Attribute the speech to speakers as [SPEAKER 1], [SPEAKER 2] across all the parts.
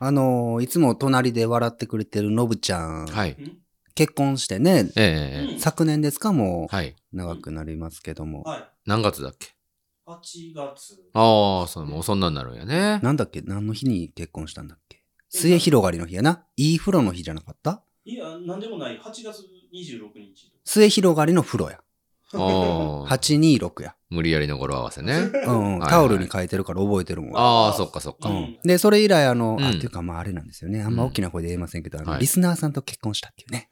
[SPEAKER 1] あのーいつも隣で笑ってくれてるのぶちゃん、
[SPEAKER 2] はい。
[SPEAKER 1] 結婚してね、
[SPEAKER 2] ええ
[SPEAKER 3] うん
[SPEAKER 1] 昨年ですかも
[SPEAKER 2] はい。
[SPEAKER 1] う、長くなりますけども。
[SPEAKER 3] はい。
[SPEAKER 2] 何月だっけ
[SPEAKER 3] 8月。
[SPEAKER 2] ああ、そう、もうそんなんなるんやね。
[SPEAKER 1] なんだっけ何の日に結婚したんだっけ末広がりの日やな。いい風呂の日じゃなかった
[SPEAKER 3] いや、なんでもない。8月26日。
[SPEAKER 1] 末広がりの風呂や。
[SPEAKER 2] ああ、
[SPEAKER 1] 826や。
[SPEAKER 2] 無理やりの語呂合わせね。
[SPEAKER 1] うんうん、
[SPEAKER 2] はい
[SPEAKER 1] タオルに書いてるから覚えてるもん。
[SPEAKER 2] ああ、そっかそっ
[SPEAKER 1] う
[SPEAKER 2] か。
[SPEAKER 1] ん、で、それ以来、あの、
[SPEAKER 2] うん
[SPEAKER 1] あ、っていうか、まあ、あれなんですよね。あんま大きな声で言えませんけど、あの、
[SPEAKER 2] はい
[SPEAKER 1] リスナーさんと結婚したっていうね。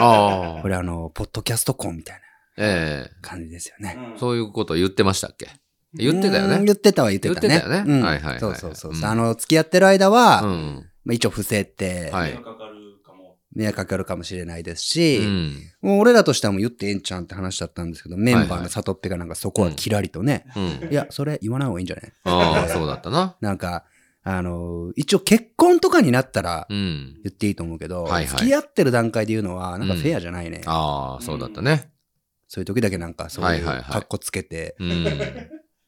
[SPEAKER 2] ああ
[SPEAKER 1] こ、れ、あの、ポッドキャスト婚みたいな
[SPEAKER 2] ええ
[SPEAKER 1] 感じですよね。
[SPEAKER 3] うん
[SPEAKER 2] そういうこと言ってましたっけ言ってたよ
[SPEAKER 1] うん
[SPEAKER 2] ね。
[SPEAKER 1] 言ってたは言ってたね。
[SPEAKER 2] 言ってたよね
[SPEAKER 1] うん
[SPEAKER 2] はいはいはい
[SPEAKER 1] そうそうそう。
[SPEAKER 2] うん
[SPEAKER 1] あの、付き合ってる間は、
[SPEAKER 2] うん。
[SPEAKER 1] まあ、一応伏せて、
[SPEAKER 2] はい
[SPEAKER 3] 迷惑かかるかも。
[SPEAKER 1] 迷惑かかるかもしれないです
[SPEAKER 2] う
[SPEAKER 1] し、
[SPEAKER 2] ん。
[SPEAKER 1] もう俺らとしてはもう言ってええんちゃうんって話だったんですけど、メン
[SPEAKER 2] は
[SPEAKER 1] バー
[SPEAKER 2] いは
[SPEAKER 1] の
[SPEAKER 2] い
[SPEAKER 1] 悟ってがなんかそこはキラリとね、
[SPEAKER 2] うん
[SPEAKER 1] い。や、それ言わない方がいいんじゃない
[SPEAKER 2] ああ、そうだったな。
[SPEAKER 1] なんか、あのー一応結婚とかになったら
[SPEAKER 2] うん。
[SPEAKER 1] 言っていいと思うけど、
[SPEAKER 2] はいはい
[SPEAKER 1] 付き合ってる段階で言うのはなんかフェアじゃないね。
[SPEAKER 2] ああ、そうだったね。
[SPEAKER 1] そういう時だけなんかそういう
[SPEAKER 2] はいはいはい
[SPEAKER 1] 格好つけて、
[SPEAKER 2] うん。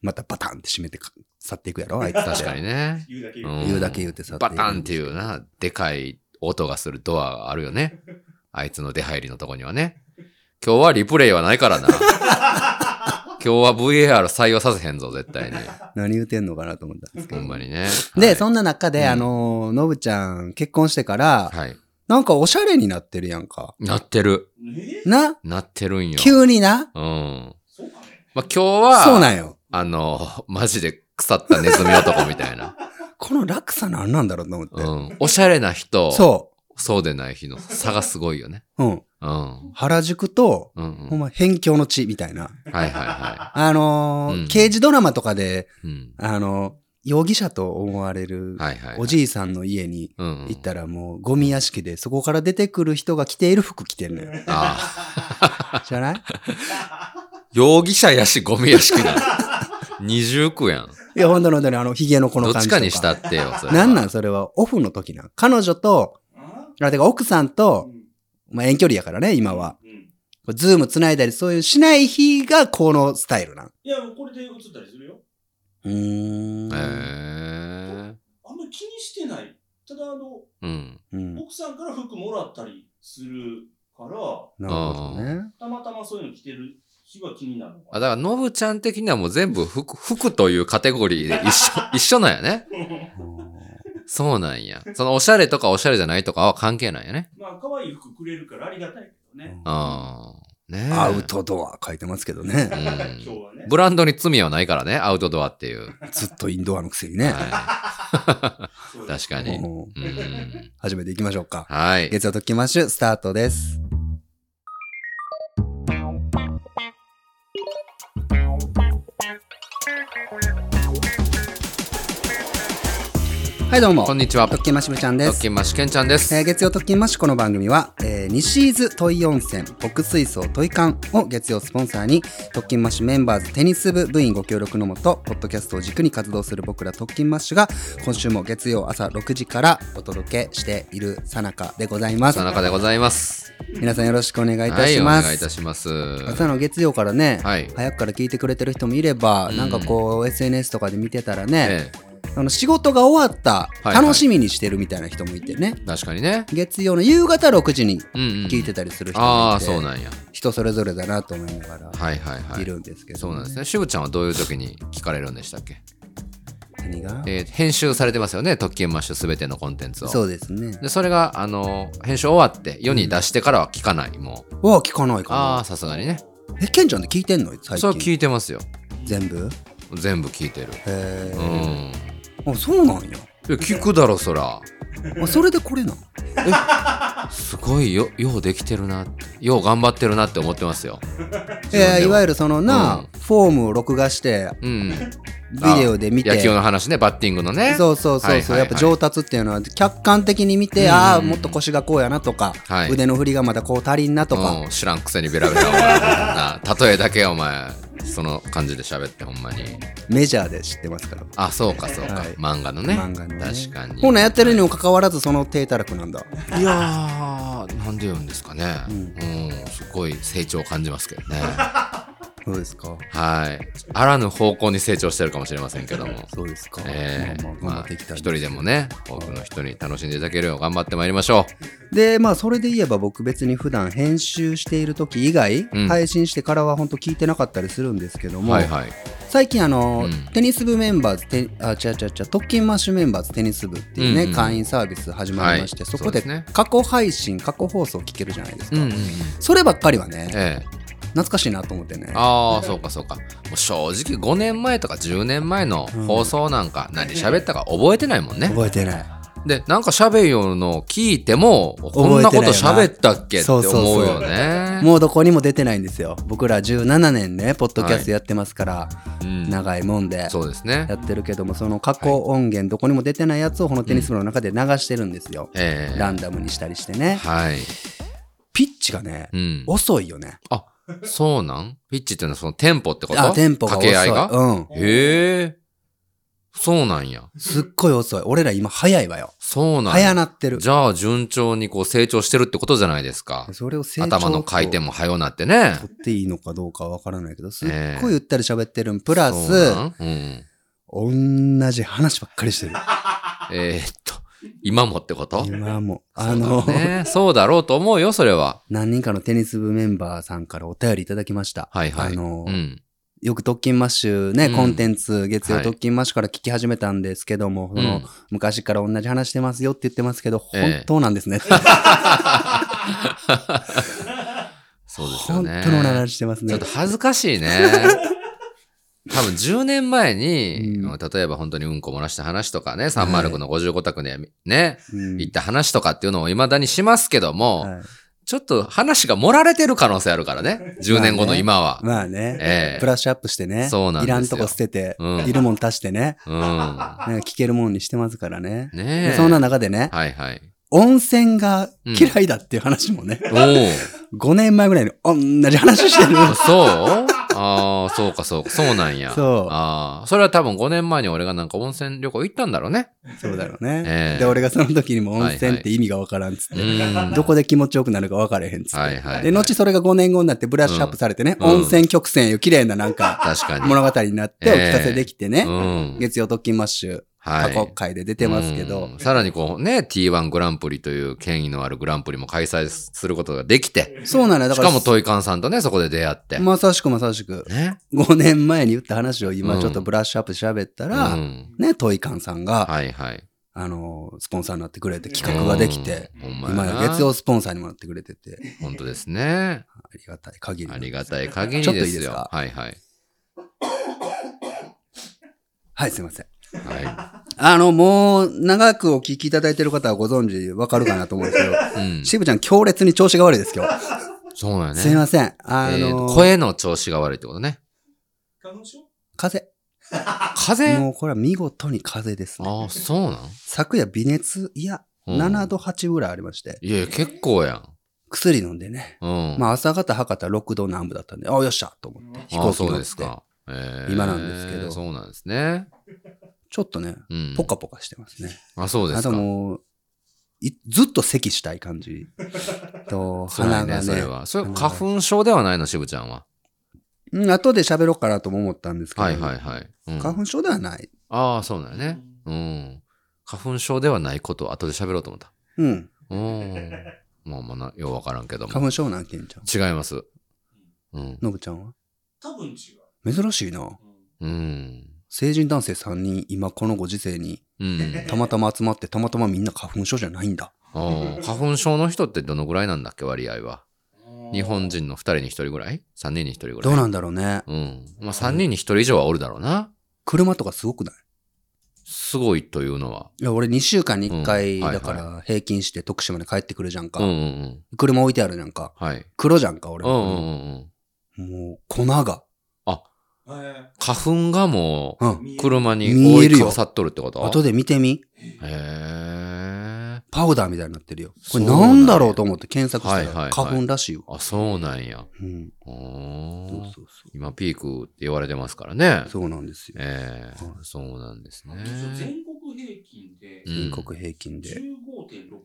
[SPEAKER 1] またバタンって締めてか去っていくやろ、あいつって
[SPEAKER 2] 確かにね。
[SPEAKER 3] 言うだけ
[SPEAKER 2] うん
[SPEAKER 1] 言うだけ言うて去ってい
[SPEAKER 2] バ
[SPEAKER 1] く。
[SPEAKER 2] タンっていうな、でかい音がするドアがあるよね。あいつの出入りのとこにはね。今日はリプレイはないからな。今日は VAR 採用させへんぞ、絶対に。
[SPEAKER 1] 何言うてんのかなと思ったんですけ
[SPEAKER 2] ほ
[SPEAKER 1] ど。
[SPEAKER 2] んまにね。
[SPEAKER 1] で、
[SPEAKER 2] はい
[SPEAKER 1] そんな中で、
[SPEAKER 2] うん
[SPEAKER 1] あのー、のぶちゃん結婚してから、
[SPEAKER 2] はい。
[SPEAKER 1] なんかおしゃれになってるやんか。
[SPEAKER 2] なってる。
[SPEAKER 3] ねえ
[SPEAKER 1] な
[SPEAKER 2] なってるんよ。
[SPEAKER 1] 急にな
[SPEAKER 2] うん。ま
[SPEAKER 3] そうかね。
[SPEAKER 2] あ、今日は、
[SPEAKER 1] そうなんよ。
[SPEAKER 2] あの、マジで腐ったネズミ男みたいな。
[SPEAKER 1] この落差なんなんだろうと思って。
[SPEAKER 2] うん。おしゃれな人、
[SPEAKER 1] そ
[SPEAKER 2] そうでない日の差がすごいよね。
[SPEAKER 1] う。うん。
[SPEAKER 2] うん。
[SPEAKER 1] 原宿と、
[SPEAKER 2] うん、う
[SPEAKER 1] ほん
[SPEAKER 2] ん。
[SPEAKER 1] ま、辺境の地みたいな。
[SPEAKER 2] はいはいは
[SPEAKER 1] あのー
[SPEAKER 2] うん
[SPEAKER 1] 刑事ドラマとかで、
[SPEAKER 2] い。うん。
[SPEAKER 1] あのー容疑者と思われる、
[SPEAKER 2] はいはい、はい。
[SPEAKER 1] おじいさんの家に
[SPEAKER 2] うんうん
[SPEAKER 1] 行ったらもう、ゴミ屋敷で、そこから出てくる人が着ている服着てるのよ。
[SPEAKER 2] ああ。
[SPEAKER 1] じゃない
[SPEAKER 2] 容疑者やし、ゴミ屋敷 なの。二重苦やん。
[SPEAKER 1] いや、ほんとにほんとに、あの、髭のこ
[SPEAKER 2] ど
[SPEAKER 1] の
[SPEAKER 2] っ
[SPEAKER 1] 感
[SPEAKER 2] ち
[SPEAKER 1] じと
[SPEAKER 2] か
[SPEAKER 1] か。
[SPEAKER 2] にしたってよ、それは。
[SPEAKER 1] なんなんそれは、オフの時なん。彼女と、
[SPEAKER 3] あ
[SPEAKER 1] あ、てか奥さんと、まあ、遠距離やからね、今は。。
[SPEAKER 3] うんうん
[SPEAKER 1] ズーム繋いだり、そういうしない日が、このスタイルなん。
[SPEAKER 3] いや、もうこれで映ったりするよ。
[SPEAKER 1] うーん。
[SPEAKER 2] へえ。
[SPEAKER 3] あんまり気にしてない。ただ、あの、
[SPEAKER 2] うん。
[SPEAKER 1] うん。
[SPEAKER 3] 奥さんから服もらったりするから、
[SPEAKER 1] なるほどね。
[SPEAKER 3] たまたまそういうの着てる日は気になる
[SPEAKER 2] あ、
[SPEAKER 3] のか
[SPEAKER 2] だ
[SPEAKER 3] な。
[SPEAKER 2] から、ノブちゃん的にはもう全部服、服というカテゴリーで一 緒、一緒なんやね。そうなんや。そのおしゃれとかおしゃれじゃないとかは関係ないよね。
[SPEAKER 3] まあ、可愛い服くれるからありがたいけどね。
[SPEAKER 2] ああ。ねえ
[SPEAKER 1] アウトドア書いてますけどね。
[SPEAKER 2] うん
[SPEAKER 3] 今日はね。
[SPEAKER 2] ブランドに罪はないからね、アウトドアっていう。
[SPEAKER 1] ずっとインドアのくせにね。
[SPEAKER 2] は
[SPEAKER 3] そう
[SPEAKER 2] い、
[SPEAKER 3] です
[SPEAKER 2] 確かに。
[SPEAKER 1] もう
[SPEAKER 2] うん。
[SPEAKER 1] 始めていきましょうか。
[SPEAKER 2] はい。
[SPEAKER 1] 月曜特勤マッシュスタートです。はい、どうも。
[SPEAKER 2] こんにちは。
[SPEAKER 1] 特勤マッシュ部ちゃんで
[SPEAKER 2] 特
[SPEAKER 1] す。
[SPEAKER 2] 勤マッシュケンちゃんです。
[SPEAKER 1] えー月曜特勤マッシュこの番組は、えー西伊豆トイ温泉北水槽トイ館を月曜スポンサーに特勤マッシュメンバーズテニス部部員ご協力のもとポッドキャストを軸に活動する僕ら特勤マッシュが今週も月曜朝6時からお届けしているさなかでございます
[SPEAKER 2] 田中でございます。
[SPEAKER 1] 皆さんよろしくお願いいた
[SPEAKER 2] はい、
[SPEAKER 1] し
[SPEAKER 2] お
[SPEAKER 1] ま
[SPEAKER 2] 願いい
[SPEAKER 1] す、
[SPEAKER 2] たします。
[SPEAKER 1] 朝の月曜からね、
[SPEAKER 2] はい。
[SPEAKER 1] 早くから聞いてくれてる人もいれば、
[SPEAKER 2] うん
[SPEAKER 1] なんかこう SNS とかで見てたらね、
[SPEAKER 2] え
[SPEAKER 1] あの仕事が終わった
[SPEAKER 2] はい
[SPEAKER 1] 楽しみにしてるみたいな人もいてね、
[SPEAKER 2] え、確かにね。
[SPEAKER 1] 月曜の夕方6時に
[SPEAKER 2] うん、うん。
[SPEAKER 1] 聞いてたりする人
[SPEAKER 2] あ
[SPEAKER 1] も
[SPEAKER 2] あ、
[SPEAKER 1] いて、
[SPEAKER 2] そうなんや。
[SPEAKER 1] 人それぞれだなと思いなが
[SPEAKER 2] はいはいは
[SPEAKER 1] らい
[SPEAKER 2] い。
[SPEAKER 1] るんですけど、
[SPEAKER 2] そうなんですね。しぶちゃんはどういう時に聞かれるんでしたっけ
[SPEAKER 1] 何が
[SPEAKER 2] えー編集されてますよね。特権マッシュすべてのコンテンツを。
[SPEAKER 1] そうですね
[SPEAKER 2] で、それが、あの、編集終わって、世に出してからは聞かない、もう。
[SPEAKER 1] わあ聞かない
[SPEAKER 2] ああ、
[SPEAKER 1] か
[SPEAKER 2] さすがにね。
[SPEAKER 1] なえケンちゃんって聞いてんの最
[SPEAKER 2] それは
[SPEAKER 1] 近
[SPEAKER 2] 聞いてますよ。
[SPEAKER 1] 全部
[SPEAKER 2] 全部聞いてる。
[SPEAKER 1] へ
[SPEAKER 2] う
[SPEAKER 1] え、
[SPEAKER 2] ん。
[SPEAKER 1] あそうなんや
[SPEAKER 2] いや聞くだろ、そら。
[SPEAKER 1] あそれでこれなん
[SPEAKER 2] すごいよ、ようできてるなって。よう頑張ってるなって思ってますよ。
[SPEAKER 1] えーいわゆ
[SPEAKER 2] る。
[SPEAKER 1] るそのな、
[SPEAKER 2] うん
[SPEAKER 1] フォームを録画して
[SPEAKER 2] うん。
[SPEAKER 1] ビデオで見て
[SPEAKER 2] 野球の話ね、バッティングのね。
[SPEAKER 1] そうそうそうそう、
[SPEAKER 2] はいはいはい
[SPEAKER 1] やっぱ上達っていうのは客観的に見て、
[SPEAKER 2] うん
[SPEAKER 1] ああもっと腰がこうやなとか、
[SPEAKER 2] はい
[SPEAKER 1] 腕の振りがまだこう足りんなとか、
[SPEAKER 2] うん知らんくせにベラベラお前な例えだけお前その感じで喋ってほんまに
[SPEAKER 1] メジャーで知ってますから、
[SPEAKER 2] あそうかそうか、
[SPEAKER 1] はい
[SPEAKER 2] 漫画のね
[SPEAKER 1] 漫画の、ね、
[SPEAKER 2] 確かに
[SPEAKER 1] ほなやってるにもかかわらずその低たらくなんだ
[SPEAKER 2] いやーなんで言うんですかね
[SPEAKER 1] う
[SPEAKER 2] うんん、すごい成長を感じますけどね
[SPEAKER 1] そうですか。
[SPEAKER 2] はい。あらぬ方向に成長してるかもしれませんけども。
[SPEAKER 1] そうですか。
[SPEAKER 2] ええ
[SPEAKER 1] まあまあ頑張
[SPEAKER 2] ま
[SPEAKER 1] っ
[SPEAKER 2] あ、
[SPEAKER 1] てい
[SPEAKER 2] 一
[SPEAKER 1] きたい
[SPEAKER 2] 人でもね、多くの人に楽しんでいただけるよう頑張ってまいりましょ
[SPEAKER 1] で、まあ、それで言えば僕別に普段編集している時以外、
[SPEAKER 2] うん
[SPEAKER 1] 配信してからは本当聞いてなかったりするんですけど
[SPEAKER 2] う。
[SPEAKER 1] も、
[SPEAKER 2] はいはい。
[SPEAKER 1] 最近あの、
[SPEAKER 2] うん
[SPEAKER 1] テニス部メンバーズ、テあ、違う違う違う、特勤マッシュメンバーズテニス部っていうね、
[SPEAKER 2] うんうん
[SPEAKER 1] 会員サービス始まりまして、
[SPEAKER 2] はい
[SPEAKER 1] そこで
[SPEAKER 2] そうですね
[SPEAKER 1] 過去配信、過去放送聞けるじゃないです
[SPEAKER 2] う
[SPEAKER 1] か。
[SPEAKER 2] んうんうん。
[SPEAKER 1] そればっかりはね、
[SPEAKER 2] ええ。
[SPEAKER 1] 懐かしいなと思ってね。
[SPEAKER 2] ああ、そうかそうか。もう正直5年前とか10年前の放送なんか何喋ったか覚えてないもんね。
[SPEAKER 1] 覚えてない。
[SPEAKER 2] で、なんか喋るようのを聞いても、こんなこと喋ったっけって
[SPEAKER 1] そうそ
[SPEAKER 2] 思
[SPEAKER 1] うそう
[SPEAKER 2] うよね。
[SPEAKER 1] もうどこにも出てないんですよ。僕ら17年ね、ポッドキャストやってますから、
[SPEAKER 2] うん
[SPEAKER 1] 長いもんで。
[SPEAKER 2] そうですね
[SPEAKER 1] や。ってるけどもその過去音源どこにも出てないやつをこのテニス部の中で流してるんですよ、
[SPEAKER 2] ええ
[SPEAKER 1] ランダムにしたりしてね
[SPEAKER 2] はい。
[SPEAKER 1] ピッチがね
[SPEAKER 2] うん。
[SPEAKER 1] 遅いよね
[SPEAKER 2] そうなんピッチっていうのはそのテンポってこと
[SPEAKER 1] あテンポが遅い
[SPEAKER 2] 掛け合いが
[SPEAKER 1] うん
[SPEAKER 2] へえ。そうなんや。
[SPEAKER 1] すっごい遅い俺ら今早いわよ
[SPEAKER 2] そうなん
[SPEAKER 1] 早
[SPEAKER 2] や。
[SPEAKER 1] なってる
[SPEAKER 2] じゃあ順調にこう成長してるってことじゃないですか。
[SPEAKER 1] それを成長と
[SPEAKER 2] 頭の回転も早うなってね。
[SPEAKER 1] 取っていいのかどうかわからないけどすっ
[SPEAKER 2] え
[SPEAKER 1] ごいゆったり喋ってるんプラ
[SPEAKER 2] そう
[SPEAKER 1] ス
[SPEAKER 2] なんうん。
[SPEAKER 1] 同じ話ばっかりしてる
[SPEAKER 2] えーっと、今もってこと
[SPEAKER 1] 今もあ
[SPEAKER 2] そ
[SPEAKER 1] の、
[SPEAKER 2] うだね、そうだろうと思うよ、それは。
[SPEAKER 1] 何人かのテニス部メンバーさんからお便りいただきました
[SPEAKER 2] はいは
[SPEAKER 1] あ
[SPEAKER 2] い。
[SPEAKER 1] の
[SPEAKER 2] うん。
[SPEAKER 1] よく特勤マッシュね、
[SPEAKER 2] うん
[SPEAKER 1] コンテンツ、月曜
[SPEAKER 2] はい
[SPEAKER 1] 特勤マッシュから聞き始めたんですけども、その
[SPEAKER 2] うん
[SPEAKER 1] 昔から同じ話してますよって言ってますけど、
[SPEAKER 2] ええ
[SPEAKER 1] 本当なんですね。
[SPEAKER 2] そうですよ
[SPEAKER 1] 本
[SPEAKER 2] ね。
[SPEAKER 1] 当の同じ話してます
[SPEAKER 2] ちょ
[SPEAKER 1] ね
[SPEAKER 2] っと。恥ずかしい ね。多分10年前に、
[SPEAKER 1] うん
[SPEAKER 2] 例えば本当にうんこ漏らした話とかね、306の55択でね、
[SPEAKER 1] うん
[SPEAKER 2] 行った話とかっていうのを未だにしますけども、
[SPEAKER 1] はい
[SPEAKER 2] ちょっと話が盛られてる可能性あるからね。10年後の今は。
[SPEAKER 1] まあね、
[SPEAKER 2] え
[SPEAKER 1] ブ
[SPEAKER 2] え
[SPEAKER 1] ラッシュアップしてね、
[SPEAKER 2] そうなん
[SPEAKER 1] い
[SPEAKER 2] ですよ
[SPEAKER 1] らんとこ捨てて、
[SPEAKER 2] うん
[SPEAKER 1] いるもん足してね、
[SPEAKER 2] う
[SPEAKER 1] なんか聞けるもんにしてますからね。
[SPEAKER 2] ん。ねえ。
[SPEAKER 1] でそんな中でね、
[SPEAKER 2] はいはい。
[SPEAKER 1] 温泉が嫌いだっていう話もね、
[SPEAKER 2] おお。
[SPEAKER 1] 5年前ぐらいに同じ話して る。
[SPEAKER 2] そうああ、そうかそうか。そうなんや。
[SPEAKER 1] そう
[SPEAKER 2] ああ。それは多分5年前に俺がなんか温泉旅行行ったんだろうね。
[SPEAKER 1] そうだろうね。
[SPEAKER 2] ええ
[SPEAKER 1] で、俺がその時にも温泉って意味がわからんっつって
[SPEAKER 2] う、ん。
[SPEAKER 1] どこで気持ちよくなるか分からへんっつって。
[SPEAKER 2] はいはいはい
[SPEAKER 1] で、後それが5年後になってブラッシュアップされてね、
[SPEAKER 2] うん
[SPEAKER 1] 温泉曲線よ、綺麗ななんか
[SPEAKER 2] 確かに。
[SPEAKER 1] 物語になってお聞かせできてね、
[SPEAKER 2] うん。
[SPEAKER 1] 月曜特勤マッシュ、
[SPEAKER 2] は
[SPEAKER 1] 過
[SPEAKER 2] い。
[SPEAKER 1] 去回で出てますけど、
[SPEAKER 2] うんさらにこうね、T1 グランプリという権威のあるグランプリも開催することができて、
[SPEAKER 1] そうなのよだ
[SPEAKER 2] し
[SPEAKER 1] から、
[SPEAKER 2] かもトイカンさんとね、そこで出会って。
[SPEAKER 1] まさしくまさしく、
[SPEAKER 2] ね。
[SPEAKER 1] 5年前に言った話を
[SPEAKER 2] う
[SPEAKER 1] 今
[SPEAKER 2] ん
[SPEAKER 1] ちょっとブラッシュアップで喋った
[SPEAKER 2] う
[SPEAKER 1] ら、
[SPEAKER 2] ん。
[SPEAKER 1] ね、トイカンさんが、
[SPEAKER 2] はいはい。
[SPEAKER 1] あの、スポンサーになってくれて企画ができて、
[SPEAKER 2] うん、ほんまや
[SPEAKER 1] 今
[SPEAKER 2] な
[SPEAKER 1] や月曜スポンサーにもなってくれてて、
[SPEAKER 2] 本当ですね。
[SPEAKER 1] ありがたい限りな
[SPEAKER 2] あ
[SPEAKER 1] んで
[SPEAKER 2] り
[SPEAKER 1] す。
[SPEAKER 2] がたい限りで
[SPEAKER 1] ち
[SPEAKER 2] す
[SPEAKER 1] ょ
[SPEAKER 2] よ。
[SPEAKER 1] っといいですか
[SPEAKER 2] はいはい。
[SPEAKER 1] はい、すいません。
[SPEAKER 2] は
[SPEAKER 1] あの、もう、長くお聞きいただいてる方はご存知、わかるかなと思うんですけど、
[SPEAKER 2] い。うん。
[SPEAKER 1] 渋ちゃん強烈に調子が悪いです今日。
[SPEAKER 2] そうやね。
[SPEAKER 1] すいません。あ
[SPEAKER 2] え
[SPEAKER 1] の
[SPEAKER 2] ー声の調子が悪いってことね。
[SPEAKER 3] 花粉症
[SPEAKER 1] 風
[SPEAKER 2] 風
[SPEAKER 1] 邪。
[SPEAKER 2] 邪
[SPEAKER 1] もうこれは見事に風邪ですね。
[SPEAKER 2] ああ、そうなん、
[SPEAKER 1] 昨夜微熱、いや、
[SPEAKER 2] うん
[SPEAKER 1] 7度8ぐらいありまして、
[SPEAKER 2] いやいや、結構やん。
[SPEAKER 1] 薬飲んでね。
[SPEAKER 2] うん。
[SPEAKER 1] まあ朝方博多6度南部だったんで、あよっしゃと思って飛行
[SPEAKER 2] ああ、
[SPEAKER 1] 機乗
[SPEAKER 2] そう
[SPEAKER 1] っ
[SPEAKER 2] です
[SPEAKER 1] て。
[SPEAKER 2] か。えー
[SPEAKER 1] 今なんですけど
[SPEAKER 2] そうなんですね。
[SPEAKER 1] ちょっとね、
[SPEAKER 2] うん。
[SPEAKER 1] ポカポカしてますね。
[SPEAKER 2] あ、そうで
[SPEAKER 1] あ
[SPEAKER 2] す
[SPEAKER 1] と
[SPEAKER 2] か。
[SPEAKER 1] もう、いずっと咳したい感 じ。と、
[SPEAKER 2] 辛
[SPEAKER 1] 鼻
[SPEAKER 2] い
[SPEAKER 1] が
[SPEAKER 2] ね、それ
[SPEAKER 1] ね。
[SPEAKER 2] は。それ
[SPEAKER 1] 鼻が
[SPEAKER 2] 花粉症ではないの、しぶちゃんは。
[SPEAKER 1] うん、後で喋ろうかなとも思ったんですけど、
[SPEAKER 2] はいはいはい。うん、
[SPEAKER 1] 花粉症ではない。
[SPEAKER 2] ああ、そうだよね。うん。花粉症ではないことを後で喋ろうと思った。
[SPEAKER 1] うん。
[SPEAKER 2] うん。まあまあな、ようわからんけども。
[SPEAKER 1] 花粉症なんけんちゃん。
[SPEAKER 2] 違います。うん。
[SPEAKER 1] のぶちゃんは
[SPEAKER 3] 多分違う。
[SPEAKER 1] 珍しいな。
[SPEAKER 2] うん。
[SPEAKER 1] 成人男性3人今このご時世に
[SPEAKER 2] うん。
[SPEAKER 1] たまたま集まってたまたまみんな花粉症じゃないんだ
[SPEAKER 2] おー花粉症の人ってどのぐらいなんだっけ、割合は。
[SPEAKER 3] うん
[SPEAKER 2] 日本。人の2人に1人ぐらい ?3 人に1人ぐらい
[SPEAKER 1] どうなんんだろうね
[SPEAKER 2] うん。まあ3人に1人以上はおるだろうな。
[SPEAKER 1] 車とかすごくない
[SPEAKER 2] すごいというのは。
[SPEAKER 1] いや俺2週間に1回
[SPEAKER 2] うんはい
[SPEAKER 1] だ
[SPEAKER 2] はい
[SPEAKER 1] から平均して徳島に帰ってくるじゃんか、
[SPEAKER 2] うんうんうん。
[SPEAKER 1] 車置いてあるじゃんか
[SPEAKER 2] はい。
[SPEAKER 1] 黒じゃんか俺
[SPEAKER 2] うんうんう
[SPEAKER 1] も、
[SPEAKER 2] んうん。
[SPEAKER 1] もう粉が
[SPEAKER 3] えー
[SPEAKER 2] 花粉がも
[SPEAKER 1] う
[SPEAKER 2] う、
[SPEAKER 1] ん
[SPEAKER 3] 見える
[SPEAKER 2] 車に
[SPEAKER 1] 見
[SPEAKER 2] 覆
[SPEAKER 1] え
[SPEAKER 2] い
[SPEAKER 1] る
[SPEAKER 2] か
[SPEAKER 1] よ
[SPEAKER 2] ぶさっとるってこと
[SPEAKER 1] 後で見てみ
[SPEAKER 2] へえ。
[SPEAKER 1] パウダーみたいになってるよこ
[SPEAKER 2] そう
[SPEAKER 1] れ
[SPEAKER 2] なんや
[SPEAKER 1] なんだろうと思って検索した
[SPEAKER 2] はいはいは
[SPEAKER 1] ら
[SPEAKER 2] い
[SPEAKER 1] 花粉らしいよ、
[SPEAKER 2] あ、そうなんや。
[SPEAKER 1] うん、
[SPEAKER 2] お
[SPEAKER 1] そう
[SPEAKER 2] ー
[SPEAKER 1] そうそ
[SPEAKER 2] 今ピークって言われてますからね
[SPEAKER 1] う。そうなんですよ
[SPEAKER 2] ええ
[SPEAKER 1] は
[SPEAKER 2] そうなんですね。
[SPEAKER 3] 全国平均で
[SPEAKER 2] うん
[SPEAKER 1] 全国平均で、
[SPEAKER 3] 15.6%。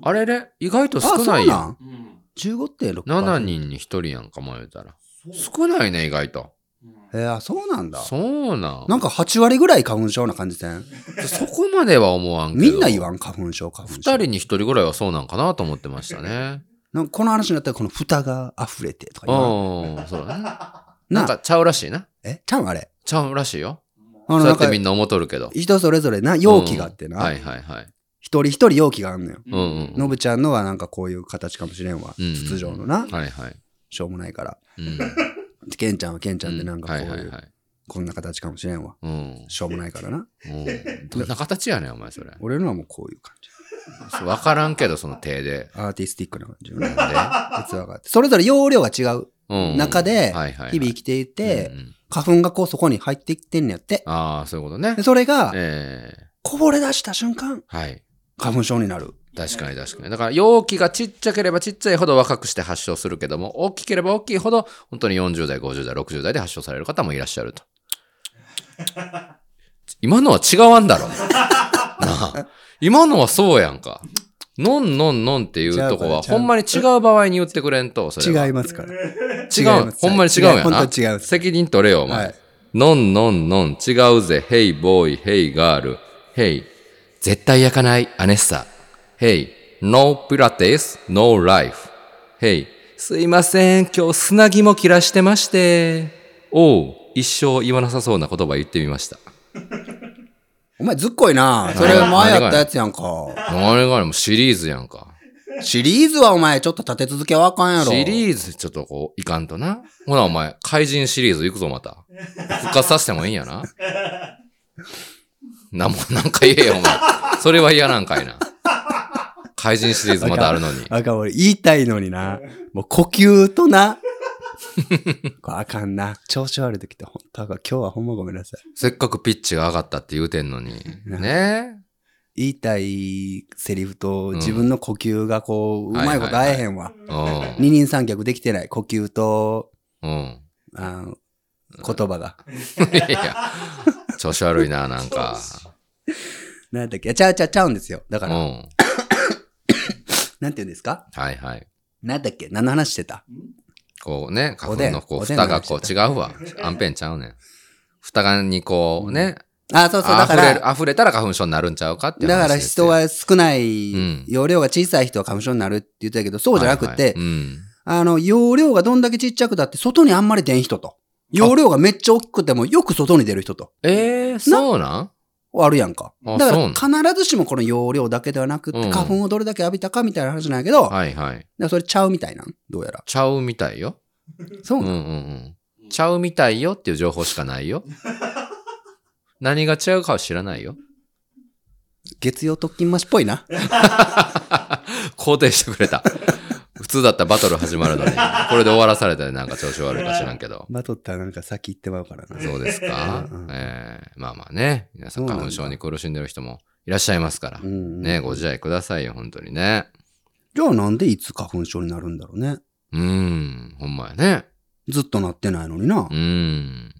[SPEAKER 2] あれれ意外と
[SPEAKER 1] あ
[SPEAKER 2] 少
[SPEAKER 1] そ
[SPEAKER 2] な
[SPEAKER 1] う
[SPEAKER 2] い
[SPEAKER 1] な
[SPEAKER 2] やん。
[SPEAKER 1] ん
[SPEAKER 3] うん。
[SPEAKER 1] 15.6%。
[SPEAKER 2] 7人に1人やんか、迷えたら。
[SPEAKER 3] そ
[SPEAKER 2] 少
[SPEAKER 3] う。
[SPEAKER 2] ないね、意外と。
[SPEAKER 3] うん
[SPEAKER 1] えー、あそうなんだ。
[SPEAKER 2] そうなん。
[SPEAKER 1] なんか8割ぐらい花粉症な感じせん。
[SPEAKER 2] そこまでは思わんけど。
[SPEAKER 1] みんな言
[SPEAKER 2] ん。
[SPEAKER 1] わん、花粉症、花粉症。
[SPEAKER 2] 二人に一人ぐらいはそうなんかなと思ってまし たね。
[SPEAKER 1] なんかこの話になったら、この蓋が溢れてとか
[SPEAKER 2] う
[SPEAKER 1] 言わん
[SPEAKER 2] ん、そうだね。
[SPEAKER 1] な
[SPEAKER 2] なんかちゃうらしいな。
[SPEAKER 1] えちゃうんあれ。
[SPEAKER 2] ちゃうらしいよ。
[SPEAKER 1] あ
[SPEAKER 2] そ
[SPEAKER 1] の、
[SPEAKER 2] う
[SPEAKER 1] な
[SPEAKER 2] や
[SPEAKER 1] ん
[SPEAKER 2] って
[SPEAKER 1] か、
[SPEAKER 2] みんな思っとるけど。
[SPEAKER 1] 人それぞれな、容器があってな、
[SPEAKER 2] はいはいはい。
[SPEAKER 1] 一人一人容器があんのよ。
[SPEAKER 2] うんうん
[SPEAKER 1] のぶちゃんのはなんかこういう形かもしれんわ。
[SPEAKER 2] うん
[SPEAKER 1] 筒状のな、
[SPEAKER 2] はいはい。
[SPEAKER 1] しょうもないから。
[SPEAKER 2] うん。
[SPEAKER 1] でケンちゃんはケンちゃんでなんかこういう、
[SPEAKER 2] はいはいはい。
[SPEAKER 1] こんな形かもしれんわ。
[SPEAKER 2] うん。
[SPEAKER 1] しょうもないからな。
[SPEAKER 2] うんどんな形やねん、お前それ。
[SPEAKER 1] 俺のはもうこういう感じ。
[SPEAKER 2] そうわからんけど、その 手で。
[SPEAKER 1] アーティスティックな感じよね。 器があって。それぞれ容量が違う。
[SPEAKER 2] うん
[SPEAKER 1] 中で
[SPEAKER 2] はいはいはい
[SPEAKER 1] 日々生きていて、
[SPEAKER 2] うんうん
[SPEAKER 1] 花粉がこうそこに入ってきてんねやって。
[SPEAKER 2] ああ、そういうことね
[SPEAKER 1] で。それが、
[SPEAKER 2] ええ。
[SPEAKER 1] こぼれ出した瞬間、
[SPEAKER 2] はい。
[SPEAKER 1] 花粉症になる。
[SPEAKER 2] 確かに確かに。だから容器がちっちゃければちっちゃいほど若くして発症するけども、大きければ大きいほど、本当に40代、50代、60代で発症される方もいらっしゃると。 今のは違わんだろ。な あ。今のはそうやんか。のんのんのんっていうとこは、
[SPEAKER 1] ちゃうから
[SPEAKER 2] ほんまに違う場合に言ってくれんと、それは。
[SPEAKER 1] 違いますから。違
[SPEAKER 2] 違う。ほんまに違うんや
[SPEAKER 1] 本
[SPEAKER 2] な。
[SPEAKER 1] 当に違うんです。
[SPEAKER 2] 責任取れよ、お
[SPEAKER 1] は
[SPEAKER 2] 前
[SPEAKER 1] い。。
[SPEAKER 2] のんのんのん、違うぜ、ヘイボーイ、ヘイガール、ヘイ。絶対焼かない、アネッサ。ヘイ、ノーピラティス、ノーライフ。ヘイ、すいません、今日砂肝切らしてまして。おう、一生言わなさそうな言葉言ってみました。
[SPEAKER 1] お前ずっこいな。それ前やったやつやんか。
[SPEAKER 2] あれがもうシリーズやんか。
[SPEAKER 1] シリーズはお前ちょっと立て続けはあかんやろ。
[SPEAKER 2] シリーズちょっとこう、いかんとな。ほな、お前、怪人シリーズ行くぞ、また。復活させてもいいんやな。なんも、なんか言えよ、お前。それは嫌なんかいな。怪人シリーズまだあるのに。
[SPEAKER 1] あかん、俺言いたいのにな。もう呼吸とな。これあかんな。調子悪い時って本当あかん。今日はほんまごめんなさい。
[SPEAKER 2] せっかくピッチが上がったって言うてんのに。ね
[SPEAKER 1] 言いたいセリフと自分の呼吸がこう、うまいこと合えへんわ。
[SPEAKER 2] え。う
[SPEAKER 1] 二
[SPEAKER 2] ん。
[SPEAKER 1] 人三脚できてない。呼吸と、
[SPEAKER 2] うん。
[SPEAKER 1] あの言葉が。
[SPEAKER 2] いやいや、調子悪いな、なんか。
[SPEAKER 1] なんだっけちゃうちゃうちゃうんですよ。だ
[SPEAKER 2] う
[SPEAKER 1] か
[SPEAKER 2] ん。
[SPEAKER 1] ら、
[SPEAKER 2] は
[SPEAKER 1] なんて言うんですか
[SPEAKER 2] いはい。
[SPEAKER 1] なんだっけ何の話してた
[SPEAKER 2] こうね、
[SPEAKER 1] お
[SPEAKER 2] 花
[SPEAKER 1] で
[SPEAKER 2] 粉
[SPEAKER 1] ん
[SPEAKER 2] のこう、
[SPEAKER 1] おでん
[SPEAKER 2] 蓋がこう違
[SPEAKER 1] の
[SPEAKER 2] うわ。アンペンちゃうねん。蓋がにこうね、
[SPEAKER 1] あ、そうそう。だか
[SPEAKER 2] 溢れる
[SPEAKER 1] ら、
[SPEAKER 2] 溢れたら花粉症になるんちゃうかっていう
[SPEAKER 1] だ
[SPEAKER 2] 話
[SPEAKER 1] から
[SPEAKER 2] ですよ
[SPEAKER 1] 人は少ない、
[SPEAKER 2] うん
[SPEAKER 1] 容量が小さい人は花粉症になるって言ってたけど、そうじゃなくて、
[SPEAKER 2] はいはいうん
[SPEAKER 1] あの、容量がどんだけちっちゃくだって、外にあんまり出ん人と。容量がめっちゃ大きくても、よく外に出る人と。
[SPEAKER 2] えー、そうなん
[SPEAKER 1] あるやんか。だ
[SPEAKER 2] あ
[SPEAKER 1] から、必ずしもこの容量だけではなくって、
[SPEAKER 2] うん
[SPEAKER 1] 花粉をどれだけ浴びたかみたいな話なんやけど、だか
[SPEAKER 2] はいはい。
[SPEAKER 1] らそれちゃうみたいなん。どうやら。
[SPEAKER 2] ちゃうみたいよ。
[SPEAKER 1] そう
[SPEAKER 2] うん
[SPEAKER 1] な。
[SPEAKER 2] うんんうん。ちゃうみたいよっていう情報しかないよ。 何が違うかは知らないよ。
[SPEAKER 1] 月曜特勤マシっぽいな。
[SPEAKER 2] 肯定してくれた。 普通だったらバトル始まるのに、これで終わらされたらなんか調子悪いか知らんけど。
[SPEAKER 1] バトったらなんか先行ってまうからな。
[SPEAKER 2] そうですか、
[SPEAKER 1] うんうん
[SPEAKER 2] えー、まあまあね、皆さ
[SPEAKER 1] そ
[SPEAKER 2] ん
[SPEAKER 1] うなんだ
[SPEAKER 2] 花粉症に苦しんでる人もいらっしゃいますから
[SPEAKER 1] う、ん、
[SPEAKER 2] ね、ご自愛くださいよ、本当にね。
[SPEAKER 1] じゃあなんでいつ花粉症になるんだろうね。
[SPEAKER 2] うん、ほんまやね。
[SPEAKER 1] ずっとなってないのにな
[SPEAKER 2] う。ん。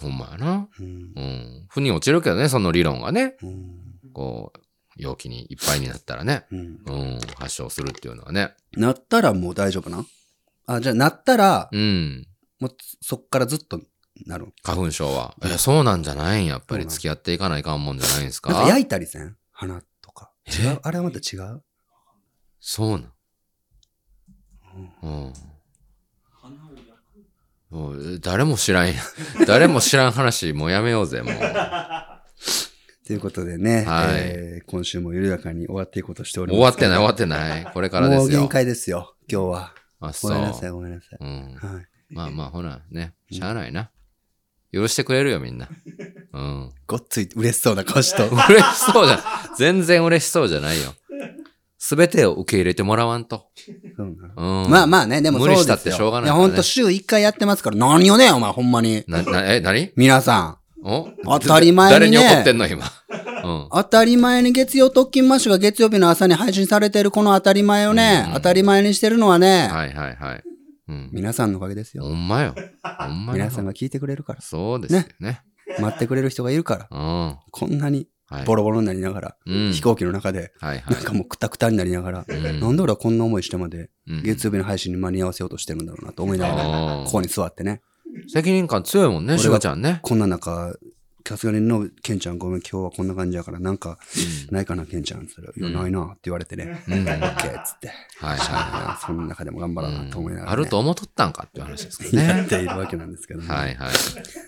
[SPEAKER 2] ほんまやな。
[SPEAKER 1] うん
[SPEAKER 2] うん。腑に落ちるけどね、その理論がね。
[SPEAKER 1] うん
[SPEAKER 2] こう、容器にいっぱいになったらね。
[SPEAKER 1] うん
[SPEAKER 2] うん。発症するっていうのはね。
[SPEAKER 1] なったらもう大丈夫なんあ、じゃあなったら、
[SPEAKER 2] うん。
[SPEAKER 1] もうそっからずっとなるん
[SPEAKER 2] 花粉症は。いや、そうなんじゃないんやっぱ
[SPEAKER 1] そう
[SPEAKER 2] り。
[SPEAKER 1] なん
[SPEAKER 2] 付き合っていかないかんもんじゃないんです
[SPEAKER 1] なんか
[SPEAKER 2] か
[SPEAKER 1] 焼いたりせん花とか。違うあれはまた違う
[SPEAKER 2] そうなん。うん。
[SPEAKER 3] 花を焼く。
[SPEAKER 2] もう、誰も知らんや。 誰も知らん話、もうやめようぜ、もう。
[SPEAKER 1] ということでね、
[SPEAKER 2] はい
[SPEAKER 1] えー今週も緩やかに終わっていこうとしており
[SPEAKER 2] 終
[SPEAKER 1] ま
[SPEAKER 2] わ
[SPEAKER 1] す
[SPEAKER 2] っ
[SPEAKER 1] け
[SPEAKER 2] て
[SPEAKER 1] ど。
[SPEAKER 2] ない、終わ
[SPEAKER 1] っ
[SPEAKER 2] ってない。これからで
[SPEAKER 1] もう
[SPEAKER 2] す
[SPEAKER 1] 限
[SPEAKER 2] よ。
[SPEAKER 1] 界ですよ、今日は。
[SPEAKER 2] あ、
[SPEAKER 1] ご
[SPEAKER 2] そう
[SPEAKER 1] めんなさい、。ごめんなさい。
[SPEAKER 2] うん。
[SPEAKER 1] はい。
[SPEAKER 2] まあまあ、ほら、ね。しゃあないな。許してくれるよ、みんな。うん。
[SPEAKER 1] ごっつい嬉しそうな顔しと。
[SPEAKER 2] 嬉しそうじゃ、全然嬉しそうじゃないよ。すべてを受け入れてもらわんと。
[SPEAKER 1] そうなの
[SPEAKER 2] うん。
[SPEAKER 1] まあまあね、でもそうですよ。
[SPEAKER 2] 無理したってしょうがない
[SPEAKER 1] い
[SPEAKER 2] か
[SPEAKER 1] や、
[SPEAKER 2] らね
[SPEAKER 1] ほんと週1回やってますから、何よね、お前、ほんまに。
[SPEAKER 2] な、な、え、なに
[SPEAKER 1] 皆さ
[SPEAKER 2] お
[SPEAKER 1] 当たり前にね
[SPEAKER 2] 誰に怒ってんの、今。うん
[SPEAKER 1] ん。。当たり前に月曜特勤マッシュが月曜日の朝に配信されてるこの当たり前をね、
[SPEAKER 2] うん
[SPEAKER 1] 当たり前にしてるのはね、
[SPEAKER 2] はいはいはい。うん。
[SPEAKER 1] 皆さんのおかげですよ。
[SPEAKER 2] ほんまよ。ほんまよ
[SPEAKER 1] 皆さんが聞いてくれるから、
[SPEAKER 2] そうですよね。
[SPEAKER 1] 待ってくれる人がいるから、
[SPEAKER 2] うん。
[SPEAKER 1] こんなに
[SPEAKER 2] はい。
[SPEAKER 1] ボロボロになりながら、
[SPEAKER 2] うん
[SPEAKER 1] 飛行機の中で、
[SPEAKER 2] はいは
[SPEAKER 1] なんかもうくたくたになりながら、
[SPEAKER 2] い。
[SPEAKER 1] なんで俺はこんな思いしてまで、
[SPEAKER 2] うん
[SPEAKER 1] 月曜日の配信に間に合わせようとしてるんだろうなと思いながら、
[SPEAKER 2] あー
[SPEAKER 1] ここに座ってね、
[SPEAKER 2] 責任感強いもんね、
[SPEAKER 1] 俺が
[SPEAKER 2] シュガちゃんね。
[SPEAKER 1] こんな中、さすがにの、ケンちゃんごめん、今日はこんな感じやから、なんか、ないかな、ケンちゃん。って言ったらいや、
[SPEAKER 2] うん
[SPEAKER 1] ないな、って言われてね。
[SPEAKER 2] うん。うん
[SPEAKER 1] オ
[SPEAKER 2] は
[SPEAKER 1] ッ
[SPEAKER 2] い
[SPEAKER 1] ケーっつって。
[SPEAKER 2] はいは
[SPEAKER 1] その中でも頑張
[SPEAKER 2] い
[SPEAKER 1] らなと思いながら、ね
[SPEAKER 2] あると思っとったんかっていう話ですけど
[SPEAKER 1] やっ
[SPEAKER 2] ね。
[SPEAKER 1] ているわけなんですけど、ね
[SPEAKER 2] はいはい。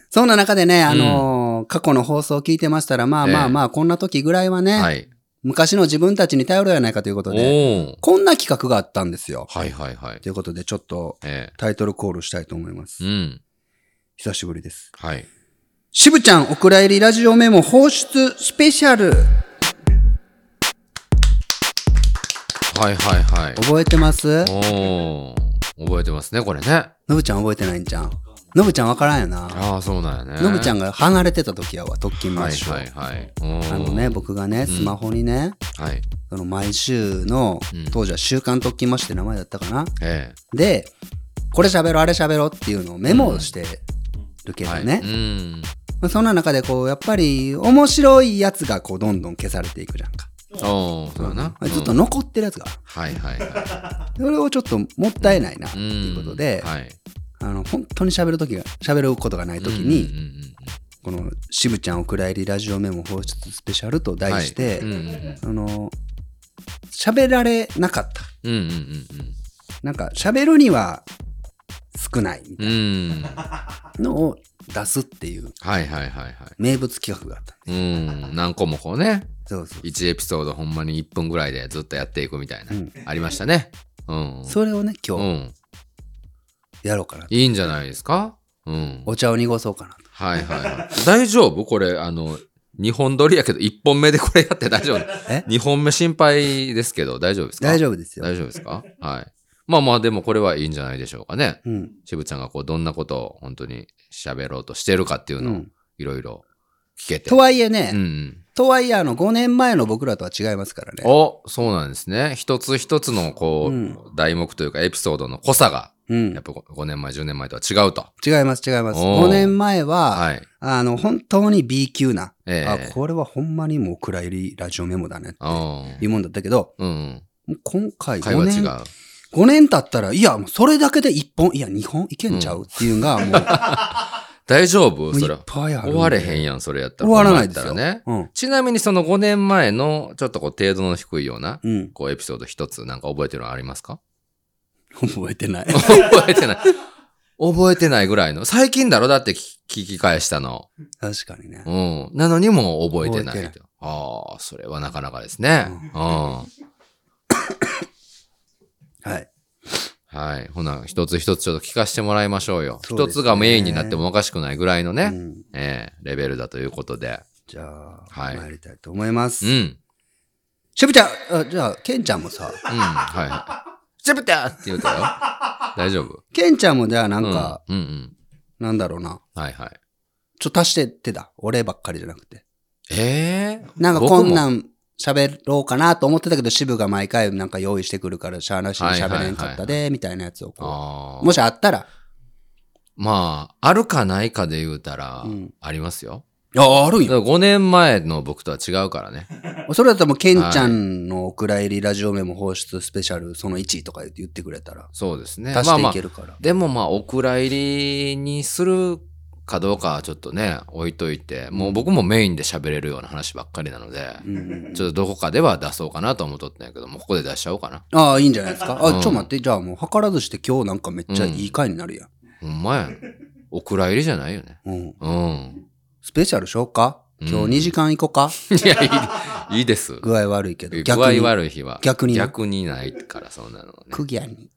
[SPEAKER 1] そんな中でね、あのー過去の放送を聞いてましたら、まあ
[SPEAKER 2] ええ
[SPEAKER 1] まあまあ、こんな時ぐらいはね、
[SPEAKER 2] はい。
[SPEAKER 1] 昔の自分たちに頼ろうやないかというこ
[SPEAKER 2] お
[SPEAKER 1] とで、
[SPEAKER 2] ー。
[SPEAKER 1] こんな企画があったんですよ。
[SPEAKER 2] はいはいはい。
[SPEAKER 1] ということで、ちょっと
[SPEAKER 2] え
[SPEAKER 1] タイトルコールしたいと思います。
[SPEAKER 2] え。うん。
[SPEAKER 1] 久しぶりです。
[SPEAKER 2] はい。
[SPEAKER 1] しぶちゃんお蔵入りラジオメモ放出スペシャル。
[SPEAKER 2] はいはいはい。
[SPEAKER 1] 覚えてます
[SPEAKER 2] おー。覚えてますね、これね。
[SPEAKER 1] のぶちゃん覚えてないんじゃん。のぶちゃんわからんよな。
[SPEAKER 2] ああ、そうなんやね。
[SPEAKER 1] のぶちゃ
[SPEAKER 2] ん
[SPEAKER 1] んが離れてた時やわ、特勤マ
[SPEAKER 2] は
[SPEAKER 1] ッ
[SPEAKER 2] い
[SPEAKER 1] シュ。
[SPEAKER 2] はいはい。おー
[SPEAKER 1] あのね、。僕がね、スマホにね、
[SPEAKER 2] はい。
[SPEAKER 1] その毎週の
[SPEAKER 2] うん、
[SPEAKER 1] 当時は週刊特勤マッシュって名前だったかな。
[SPEAKER 2] え
[SPEAKER 1] で、これ喋ろう、あれ喋ろうっていうのをメモをしてるけ
[SPEAKER 2] え。
[SPEAKER 1] ど
[SPEAKER 2] はい。
[SPEAKER 1] ね。
[SPEAKER 2] うん。
[SPEAKER 1] まあそんな中で、こう、やっぱり、面白いやつが、こう、どんどん消されていくじゃんか。
[SPEAKER 2] おー、そうやな。
[SPEAKER 1] ちょっと
[SPEAKER 2] うん
[SPEAKER 1] 残ってるやつがある。
[SPEAKER 2] はいはいは
[SPEAKER 1] それをちょっともったいないな、
[SPEAKER 2] い。
[SPEAKER 1] と
[SPEAKER 2] うん。
[SPEAKER 1] いうことで、
[SPEAKER 2] はい。
[SPEAKER 1] あの、本当に喋るときが、喋ることがないときに、
[SPEAKER 2] うんうんうんうん、
[SPEAKER 1] この、しぶちゃんお蔵入りラジオメモ放出スペシャルと題して、
[SPEAKER 2] はいうんうんうん
[SPEAKER 1] あの、喋られなかった。
[SPEAKER 2] うんうんうん
[SPEAKER 1] なんか、喋るには少ないみた
[SPEAKER 2] う
[SPEAKER 1] い
[SPEAKER 2] ん。うん。
[SPEAKER 1] なのを出すっていう
[SPEAKER 2] はいはいはいはい。
[SPEAKER 1] 名物企画があった。
[SPEAKER 2] うん。何個もこうね、
[SPEAKER 1] そうそう。
[SPEAKER 2] 1エピソードほんまに1分ぐらいでずっとやっていくみたい
[SPEAKER 1] う
[SPEAKER 2] な、
[SPEAKER 1] ん
[SPEAKER 2] ありましたね。うん。
[SPEAKER 1] それをね、
[SPEAKER 2] う
[SPEAKER 1] 今
[SPEAKER 2] ん。
[SPEAKER 1] 日やろうかなと。
[SPEAKER 2] いいんじゃないですかうん。
[SPEAKER 1] お茶を濁そうかなと。
[SPEAKER 2] はいはい はい。大丈夫これ、あの、2本撮りやけど、1本目でこれやって大丈夫
[SPEAKER 1] え
[SPEAKER 2] ?2 本目心配ですけど、大丈夫ですか
[SPEAKER 1] 大
[SPEAKER 2] 夫
[SPEAKER 1] 丈夫ですよ。
[SPEAKER 2] 大丈夫ですかはい。まあまあ、でもこれはいいんじゃないでしょうかね。
[SPEAKER 1] うん。
[SPEAKER 2] 渋ちゃんがこう、どんなことを本当に喋ろうとしてるかっていう
[SPEAKER 1] う
[SPEAKER 2] のを
[SPEAKER 1] ん、
[SPEAKER 2] いろいろ聞けて。
[SPEAKER 1] とはいえね、
[SPEAKER 2] うんうん。
[SPEAKER 1] とはいえあの5年前の僕らとは違いますからね。
[SPEAKER 2] お、そうなんですね。一つ一つの、こう、
[SPEAKER 1] うん
[SPEAKER 2] 題目というか、エピソードの濃さが、
[SPEAKER 1] うん
[SPEAKER 2] やっ。ぱ5年前、10年前とは違うと。
[SPEAKER 1] 違います違います。
[SPEAKER 2] おー
[SPEAKER 1] 5年前は、
[SPEAKER 2] はい。
[SPEAKER 1] あの、本当に B 級な、
[SPEAKER 2] ええ
[SPEAKER 1] あ、これはほんまにもう暗入りラジオメモだね、
[SPEAKER 2] うん
[SPEAKER 1] いうもんだったけど、
[SPEAKER 2] うん。
[SPEAKER 1] もう今回
[SPEAKER 2] 会
[SPEAKER 1] 5
[SPEAKER 2] 話違
[SPEAKER 1] 年、
[SPEAKER 2] う。
[SPEAKER 1] 5年経ったら、いや、もうそれだけで1本、いや、2本いけんちゃう、っていうの が、もう、
[SPEAKER 2] 大丈夫
[SPEAKER 1] もうい
[SPEAKER 2] そ
[SPEAKER 1] っ
[SPEAKER 2] れ。
[SPEAKER 1] ぱいある。
[SPEAKER 2] 終われへんやん、それやったら。
[SPEAKER 1] 終わらないです
[SPEAKER 2] こ
[SPEAKER 1] よ。
[SPEAKER 2] んんやったらね。
[SPEAKER 1] うん。
[SPEAKER 2] ちなみにその5年前の、ちょっとこう、程度の低いような、
[SPEAKER 1] うん。
[SPEAKER 2] こう、エピソード一つなんか覚えてるのありますか
[SPEAKER 1] 覚えて ない。
[SPEAKER 2] 覚えてない。覚えてないぐらいの。最近だろだって聞き聞き返したの。
[SPEAKER 1] 確かにね。
[SPEAKER 2] うん。なのにも覚えてない
[SPEAKER 1] 覚え
[SPEAKER 2] と。ああ、それはなかなかですね。うん。
[SPEAKER 1] はい。
[SPEAKER 2] はい。ほな、一つ一つちょっと聞かせてもらいましょうよ。
[SPEAKER 1] そう
[SPEAKER 2] 一、
[SPEAKER 1] ですね
[SPEAKER 2] つがメインになってもおかしくないぐらいのね、
[SPEAKER 1] うん
[SPEAKER 2] ええレベルだということで。
[SPEAKER 1] じゃあ、
[SPEAKER 2] はい
[SPEAKER 1] 参りたいと思います。
[SPEAKER 2] うん。うん。
[SPEAKER 1] しぶちゃん、あじゃあ、ケンちゃんもさ、
[SPEAKER 2] はいはい。チャプターって言うたよ。大丈夫。
[SPEAKER 1] ケンちゃんもじゃあなんか、
[SPEAKER 2] うん、うんうん
[SPEAKER 1] なんだろうな。
[SPEAKER 2] はいはい。
[SPEAKER 1] ちょ、足してってだ。俺ばっかりじゃなくて。
[SPEAKER 2] ええ
[SPEAKER 1] なんかこんな
[SPEAKER 2] 僕も
[SPEAKER 1] ん喋ろうかなと思ってたけど、渋が毎回なんか用意してくるから、しゃあなしに喋れんかったで、みたいなやつをこ
[SPEAKER 2] あ
[SPEAKER 1] う。
[SPEAKER 2] あ。
[SPEAKER 1] もしあったら。
[SPEAKER 2] まあ、あるかないかで言うたら
[SPEAKER 1] うん、
[SPEAKER 2] ありますよ。
[SPEAKER 1] あ、あるん
[SPEAKER 2] だか。ら5年前の僕とは違うからね。
[SPEAKER 1] それだったらもう、ケンちゃんのお蔵入りラジオメモ放出スペシャル、その1位とか言って言ってくれたら、
[SPEAKER 2] そうですね。
[SPEAKER 1] 足
[SPEAKER 2] まあ
[SPEAKER 1] して
[SPEAKER 2] ま
[SPEAKER 1] い
[SPEAKER 2] あ
[SPEAKER 1] け、るから。
[SPEAKER 2] でもまあ、お蔵入りにするかどうかはちょっとね、置いといて、もう僕もメインで喋れるような話ばっかりなので、
[SPEAKER 1] うん
[SPEAKER 2] ちょっとどこかでは出そうかなと思っとったんやけど、もうここで出しちゃおうかな。
[SPEAKER 1] ああ、いいんじゃないですか。あ、
[SPEAKER 2] うん
[SPEAKER 1] ちょ、待って。じゃあもう、計らずして今日なんかめっちゃいい回になるやん。
[SPEAKER 2] ほんまやん。お蔵入りじゃないよね。
[SPEAKER 1] うん。
[SPEAKER 2] うん。
[SPEAKER 1] スペシャルしようか今
[SPEAKER 2] うん
[SPEAKER 1] 日2時間行こうか
[SPEAKER 2] いや、いい、いいです。
[SPEAKER 1] 具合悪いけど。
[SPEAKER 2] 具合悪い日は。
[SPEAKER 1] 逆にな
[SPEAKER 2] 逆にないから、そんなのね。
[SPEAKER 1] クギャに。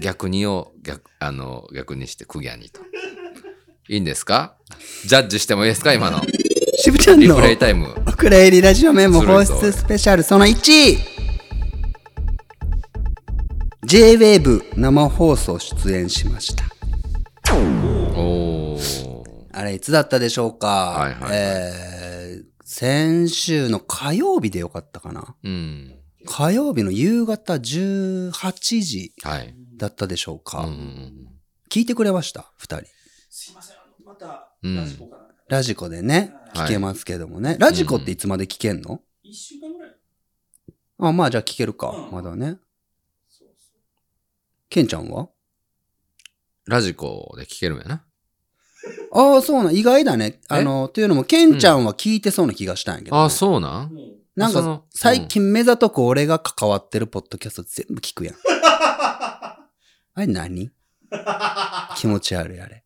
[SPEAKER 2] 逆にを逆あの逆にしてクギャにと。いいんですかジャッジしてもいいですか今の。
[SPEAKER 1] 渋ちゃん
[SPEAKER 2] リ
[SPEAKER 1] の
[SPEAKER 2] プレイタ イム。
[SPEAKER 1] お蔵入りラジオメモ放出スペシャルその1 J-WAVE 生放送出演しました。
[SPEAKER 2] おー。
[SPEAKER 1] あれ、いつだったでしょうか、
[SPEAKER 2] はいはいはい
[SPEAKER 1] えー、先週の火曜日でよかったかな
[SPEAKER 2] うん。
[SPEAKER 1] 火曜日の夕方18時
[SPEAKER 2] はい。
[SPEAKER 1] だったでしょうか、
[SPEAKER 2] うん。
[SPEAKER 1] 聞いてくれました二人。
[SPEAKER 3] すいません、あのまた
[SPEAKER 2] うん
[SPEAKER 3] ラジコかな
[SPEAKER 1] ラジコでね、聞けますけどもね。ラジコっていつまで聞けんの、
[SPEAKER 3] 一週間ぐらい。
[SPEAKER 1] あ、まあじゃあ聞けるか。
[SPEAKER 3] うん
[SPEAKER 1] まだね。
[SPEAKER 3] そうそう。
[SPEAKER 1] ケンちゃんは
[SPEAKER 2] ラジコで聞けるんやな。
[SPEAKER 1] ああ、そうなん、意外だね。あの、というのも、ケンちゃんは聞いてそうな気がしたんやけど、ね
[SPEAKER 2] あ、そうなん
[SPEAKER 3] もう、
[SPEAKER 1] なん
[SPEAKER 2] そ
[SPEAKER 1] か
[SPEAKER 2] の、
[SPEAKER 1] 最近目ざとく俺が関わってるポッドキャスト全部聞くやん。あれ 何気持ち悪いあれ。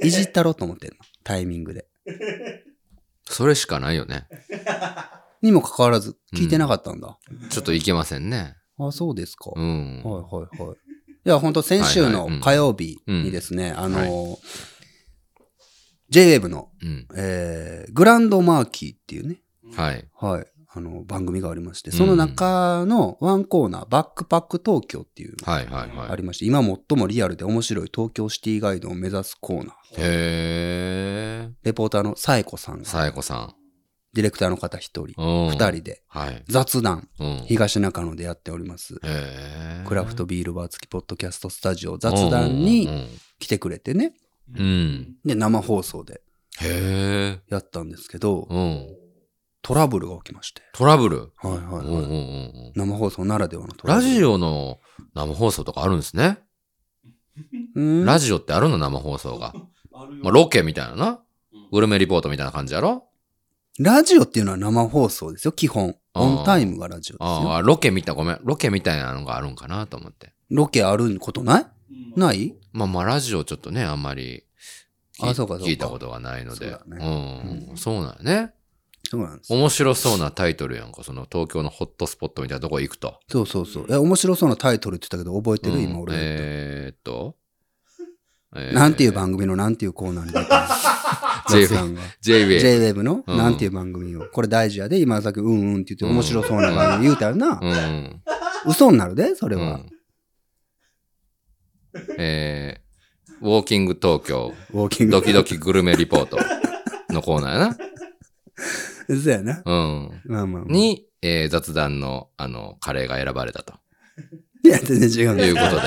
[SPEAKER 1] いじったろうと思ってんの。タイミングで。
[SPEAKER 2] それしかないよね。
[SPEAKER 1] にもかかわらず、聞いてなかったんだ。
[SPEAKER 2] ちょっといけません ね。
[SPEAKER 1] あ、そうですか。
[SPEAKER 2] う
[SPEAKER 1] はい
[SPEAKER 2] ん。
[SPEAKER 1] はいはい。いや、本当先週
[SPEAKER 2] はいはいう
[SPEAKER 1] の
[SPEAKER 2] ん
[SPEAKER 1] 火曜日にですね、あのー、JWave の、
[SPEAKER 2] うん。
[SPEAKER 1] えー、グランドマーキーっていうね、
[SPEAKER 2] はい。
[SPEAKER 1] はい、あの、番組がありまして、
[SPEAKER 2] うん
[SPEAKER 1] その中のワンコーナー、バックパック東京っていうのが
[SPEAKER 2] はいはい
[SPEAKER 1] あ
[SPEAKER 2] はい。
[SPEAKER 1] りまして、今最もリアルで面白い東京シティガイドを目指すコーナー。
[SPEAKER 2] へえ。
[SPEAKER 1] レポーターのサエコさんが、
[SPEAKER 2] さやこさ
[SPEAKER 1] ディレクターの方一人
[SPEAKER 2] ん。、うん。
[SPEAKER 1] 二。人で
[SPEAKER 2] はい。
[SPEAKER 1] 雑談、
[SPEAKER 2] うん。へ
[SPEAKER 1] 東中野でやっております。
[SPEAKER 2] え。
[SPEAKER 1] クラフトビールバー付きポッドキャストスタジオ
[SPEAKER 2] うん
[SPEAKER 1] 雑談に
[SPEAKER 2] うんうんうん
[SPEAKER 1] 来てくれてね。
[SPEAKER 2] うんうん
[SPEAKER 1] で、生放送で
[SPEAKER 2] へえ。
[SPEAKER 1] やったんですけど、
[SPEAKER 2] うん。
[SPEAKER 1] トラブルが起きまして。
[SPEAKER 2] トラブル。
[SPEAKER 1] はいは
[SPEAKER 2] うん
[SPEAKER 1] い
[SPEAKER 2] うんう
[SPEAKER 1] は
[SPEAKER 2] ん
[SPEAKER 1] い。
[SPEAKER 2] うん。
[SPEAKER 1] 生放送ならではのトラ
[SPEAKER 2] ラ
[SPEAKER 1] ブル。
[SPEAKER 2] ジオの生放送とかあるんですね。
[SPEAKER 1] うん
[SPEAKER 2] ラジオってあるの生放送が。
[SPEAKER 3] あるよ。
[SPEAKER 2] まあ、ロケみたいなな。
[SPEAKER 3] うん
[SPEAKER 2] グルメリポートみたいな感じやろ
[SPEAKER 1] ラジオっていうのは生放送ですよ、基本。
[SPEAKER 2] あー
[SPEAKER 1] オンタイムがラジオです
[SPEAKER 2] あ
[SPEAKER 1] よ。
[SPEAKER 2] あ、ロケみたい、ごめん。ロケみたいなのがあるんかなと思って。
[SPEAKER 1] ロケあることない
[SPEAKER 3] うん
[SPEAKER 1] ない
[SPEAKER 2] まあまあ、ラジオちょっとね、あんまり聞い
[SPEAKER 1] あそうかそうか
[SPEAKER 2] 聞いたことがないの
[SPEAKER 1] そう
[SPEAKER 2] で。
[SPEAKER 1] だ
[SPEAKER 2] うん、
[SPEAKER 3] うん
[SPEAKER 2] そうなんやね。
[SPEAKER 1] そうなんですよ。
[SPEAKER 2] 面白そうなタイトルやんか。その東京のホットスポットみたいなとこ行くと。
[SPEAKER 1] そうそうそう。え、面白そうなタイトルって言ったけど、覚えてる、
[SPEAKER 2] うん
[SPEAKER 1] 今俺が言った、
[SPEAKER 2] えー、っと。えー
[SPEAKER 1] なんていう番組のなんていうコーナーに出てる
[SPEAKER 2] J-Wave
[SPEAKER 1] 松さ んが
[SPEAKER 2] ?JWAVE。
[SPEAKER 1] J-Wave の
[SPEAKER 2] うん
[SPEAKER 1] なんていう番組を。これ大事やで、今さっきうんうんって言って
[SPEAKER 2] うん
[SPEAKER 1] 面白そうな番組言うたらな
[SPEAKER 2] う。ん。
[SPEAKER 1] 嘘になるで、それ
[SPEAKER 2] う
[SPEAKER 1] は
[SPEAKER 2] ん。、えー、ウォーキング東京、
[SPEAKER 1] ウォーキング。
[SPEAKER 2] ドキドキグルメリポートのコーナーや
[SPEAKER 1] 嘘やな。
[SPEAKER 2] な。うん。
[SPEAKER 1] まあまあまあ。
[SPEAKER 2] に、えー雑談の、あの、カレーが選ばれたと。
[SPEAKER 1] いや、全然違うん
[SPEAKER 2] と
[SPEAKER 1] で
[SPEAKER 2] いう
[SPEAKER 1] す
[SPEAKER 2] こ とで。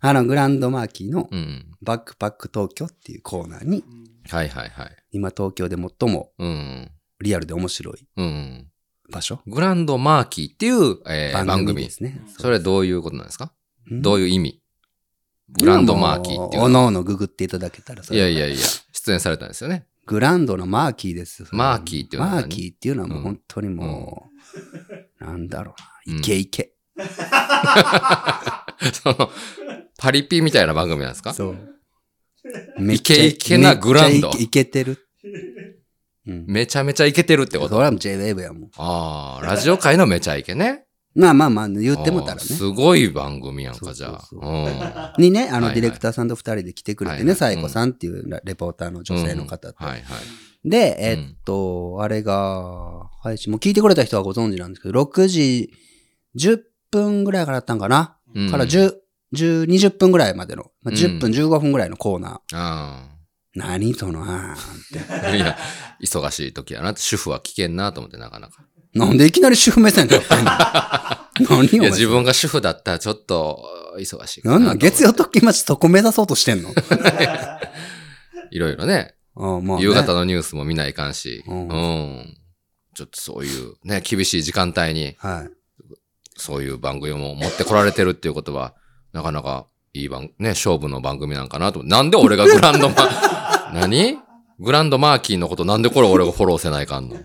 [SPEAKER 1] あの、グランドマーキーの
[SPEAKER 2] うん。
[SPEAKER 1] バックパック東京っていうコーナーに、
[SPEAKER 3] うん
[SPEAKER 2] はいはいはい。
[SPEAKER 1] 今東京で最も
[SPEAKER 2] うん。
[SPEAKER 1] リアルで面白い
[SPEAKER 2] うん。
[SPEAKER 1] 場所
[SPEAKER 2] グランドマーキーっていう、えー番組。
[SPEAKER 1] ですね。
[SPEAKER 2] それはどういうことなんですか
[SPEAKER 1] うん
[SPEAKER 2] どういう意味グランドマーキーっていう
[SPEAKER 1] お
[SPEAKER 2] の
[SPEAKER 1] のお
[SPEAKER 2] は
[SPEAKER 1] のググっていただけたらそ
[SPEAKER 2] い
[SPEAKER 1] れ
[SPEAKER 2] や
[SPEAKER 1] はい
[SPEAKER 2] やいや、出演されたんですよね。
[SPEAKER 1] グランドのマーキーですよ。それは
[SPEAKER 2] マーキーっていうのは
[SPEAKER 1] マ
[SPEAKER 2] 何
[SPEAKER 1] ーキーっていうのはもう本当にもう、なんだろうな。イケイケ。
[SPEAKER 2] その、パリピみたいな番組なんですか
[SPEAKER 1] そう。
[SPEAKER 2] イケイケなグランド
[SPEAKER 1] めっちゃイケイケてる。うん。
[SPEAKER 2] めちゃめちゃイケてるって
[SPEAKER 1] そ
[SPEAKER 2] こ
[SPEAKER 1] れ
[SPEAKER 2] と
[SPEAKER 1] はもう J-Wave やもん。
[SPEAKER 2] ああ、ラジオ界のめちゃイケね。
[SPEAKER 1] まあまあまあ、言ってもたら
[SPEAKER 2] あー
[SPEAKER 1] ね。
[SPEAKER 2] すごい番組やんか、じゃあ。。
[SPEAKER 1] そううそうんにね、あ
[SPEAKER 2] はいは
[SPEAKER 1] の、
[SPEAKER 2] い
[SPEAKER 1] ディレクターさんと二人で来てくれ
[SPEAKER 2] は
[SPEAKER 1] て
[SPEAKER 2] いは
[SPEAKER 1] ね、
[SPEAKER 2] い
[SPEAKER 1] サイコさんっていうラレポーターの女性の方と
[SPEAKER 2] うん。はいはい。
[SPEAKER 1] で、えっと、あれが、配信、もう聞いてくれた人はご存知なんですけど、6時10分ぐらいからだったんかな、
[SPEAKER 2] うん
[SPEAKER 1] から10、10 20分ぐらいまでの、まあ、
[SPEAKER 2] うん
[SPEAKER 1] 10分、15分ぐらいのコーナー。
[SPEAKER 2] あ
[SPEAKER 1] 何その、あ
[SPEAKER 2] あ。 いや、忙しい時やな。主婦は危険なと思って、なかなか。
[SPEAKER 1] ーなんでいきなり主婦目線だ ったんだ何
[SPEAKER 2] い
[SPEAKER 1] を
[SPEAKER 2] や、自分が主婦だったらちょっと、忙しいか
[SPEAKER 1] なんなん月曜
[SPEAKER 2] と
[SPEAKER 1] 特勤マッチそこ目指そうとしてん の
[SPEAKER 2] いろいろね。
[SPEAKER 1] ああまあね
[SPEAKER 2] 夕方のニュースも見ないかんし。
[SPEAKER 1] う
[SPEAKER 2] うんん。ちょっとそういう、ね、厳しい時間帯に、
[SPEAKER 1] はい。
[SPEAKER 2] そういう番組も持ってこられてるっていうことは、なかなかいい番、ね、勝負の番組なんかなと思って。なんで俺がグランドマ ー、何グランドマーキーのことなんでこれ俺がフォローせないかんの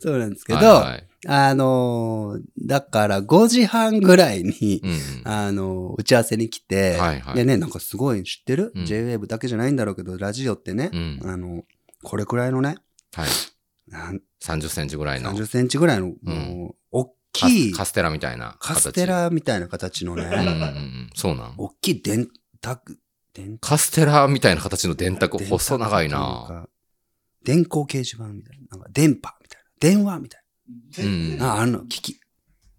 [SPEAKER 1] そうなんですけど、
[SPEAKER 2] はいはい
[SPEAKER 1] あのーだから5時半ぐらいに、
[SPEAKER 2] うんうん
[SPEAKER 1] あのー打ち合わせに来て、
[SPEAKER 2] はいはい
[SPEAKER 1] でね、なんかすごい知ってる、
[SPEAKER 2] うん
[SPEAKER 1] ?J-Wave だけじゃないんだろうけど、ラジオってね、
[SPEAKER 2] うん
[SPEAKER 1] あの、これくらいのね、
[SPEAKER 2] はい。
[SPEAKER 1] なん
[SPEAKER 2] 30センチぐらいの
[SPEAKER 1] 30センチぐらいの、
[SPEAKER 2] うん
[SPEAKER 1] もう、大
[SPEAKER 2] カ
[SPEAKER 1] き
[SPEAKER 2] ス
[SPEAKER 1] い
[SPEAKER 2] カステラみたいな
[SPEAKER 1] カ
[SPEAKER 2] 形。
[SPEAKER 1] ステラみたいな形の
[SPEAKER 2] うんうんう
[SPEAKER 1] ね、
[SPEAKER 2] ん。そうなん
[SPEAKER 1] 大きい電卓、電
[SPEAKER 2] カステラみたいな形の電卓、
[SPEAKER 1] 電卓
[SPEAKER 2] 細長い
[SPEAKER 1] ってう
[SPEAKER 2] な。
[SPEAKER 1] か。電光掲示板みたいな。なんか電波みたいな。電話みたい
[SPEAKER 2] うん
[SPEAKER 1] な。ああるの、機器。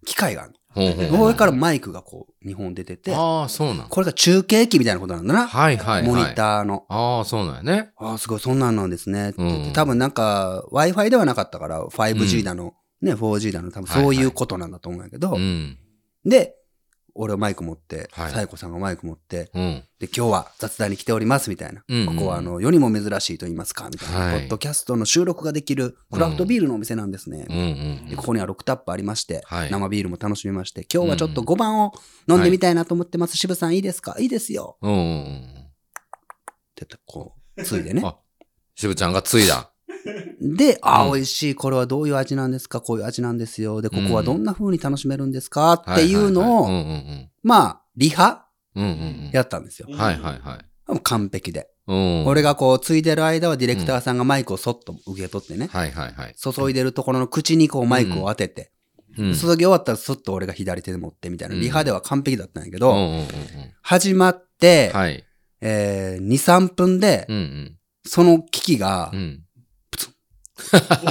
[SPEAKER 1] 機械がある
[SPEAKER 2] ほうほうほ
[SPEAKER 1] の。
[SPEAKER 2] う
[SPEAKER 1] 上からマイクがこう、2本出てて、
[SPEAKER 2] ああ、そうなん。
[SPEAKER 1] これが中継機みたいなことなんだな。
[SPEAKER 2] はいはいはい。
[SPEAKER 1] モニターの。
[SPEAKER 2] ああ、そうなんやね。
[SPEAKER 1] ああ、すごい、そんなんなんですね。って言って
[SPEAKER 2] うん
[SPEAKER 1] 多分なんか、Wi-Fi ではなかったから、5G だの、ね、4G だの、多分そういうことなんだと思うんやけど、
[SPEAKER 2] うん。
[SPEAKER 1] で、俺はマイク持って、
[SPEAKER 2] はい
[SPEAKER 1] さやこさんがマイク持って、
[SPEAKER 2] うん。
[SPEAKER 1] で、今日は雑談に来ております、みたいな。
[SPEAKER 2] うんうん
[SPEAKER 1] ここは、あの、世にも珍しいと言いますか、みたいな。
[SPEAKER 2] はい
[SPEAKER 1] ポッドキャストの収録ができる、クラフトビールのお店なんですね。
[SPEAKER 2] うんうん
[SPEAKER 1] でここには6タップありまして、
[SPEAKER 2] はい
[SPEAKER 1] 生ビールも楽しめまして、今日はちょっと
[SPEAKER 2] うん
[SPEAKER 1] 5番を飲んでみたいなと思ってます。渋さんいいですかいいですよ。
[SPEAKER 2] うん。うんうん
[SPEAKER 1] って言って、こう、ついで
[SPEAKER 2] う
[SPEAKER 1] ね
[SPEAKER 2] ん。。あ、しぶちゃんがついだ。
[SPEAKER 1] で、あー、
[SPEAKER 2] うん
[SPEAKER 1] 美味しい、これはどういう味なんですか、こういう味なんですよ。で、ここは
[SPEAKER 2] うん
[SPEAKER 1] どんな風に楽しめるんですか、っていうのを、
[SPEAKER 2] はいはいはいうん
[SPEAKER 1] まあ、リハ
[SPEAKER 2] うんうん。うんうん
[SPEAKER 1] やったんですよ
[SPEAKER 2] う。ん。はいはいはい。
[SPEAKER 1] もう完璧で。
[SPEAKER 2] うん。
[SPEAKER 1] 俺がこう、ついでる間はディレクターさんがマイクをそっと受け取ってね、
[SPEAKER 2] はいはいはい。
[SPEAKER 1] 注いでるところの口にこうマイクを当てて、
[SPEAKER 2] う
[SPEAKER 1] 注
[SPEAKER 2] ん。
[SPEAKER 1] ぎ終わったらそっと俺が左手で持ってみたいな、
[SPEAKER 2] うん
[SPEAKER 1] リハでは完璧だったんやけ
[SPEAKER 2] うん
[SPEAKER 1] ど、
[SPEAKER 2] うんうんうん。
[SPEAKER 1] 始まって、
[SPEAKER 2] はい。
[SPEAKER 1] えー、2、3分で、
[SPEAKER 2] うん
[SPEAKER 1] その機器が
[SPEAKER 2] うん。うん。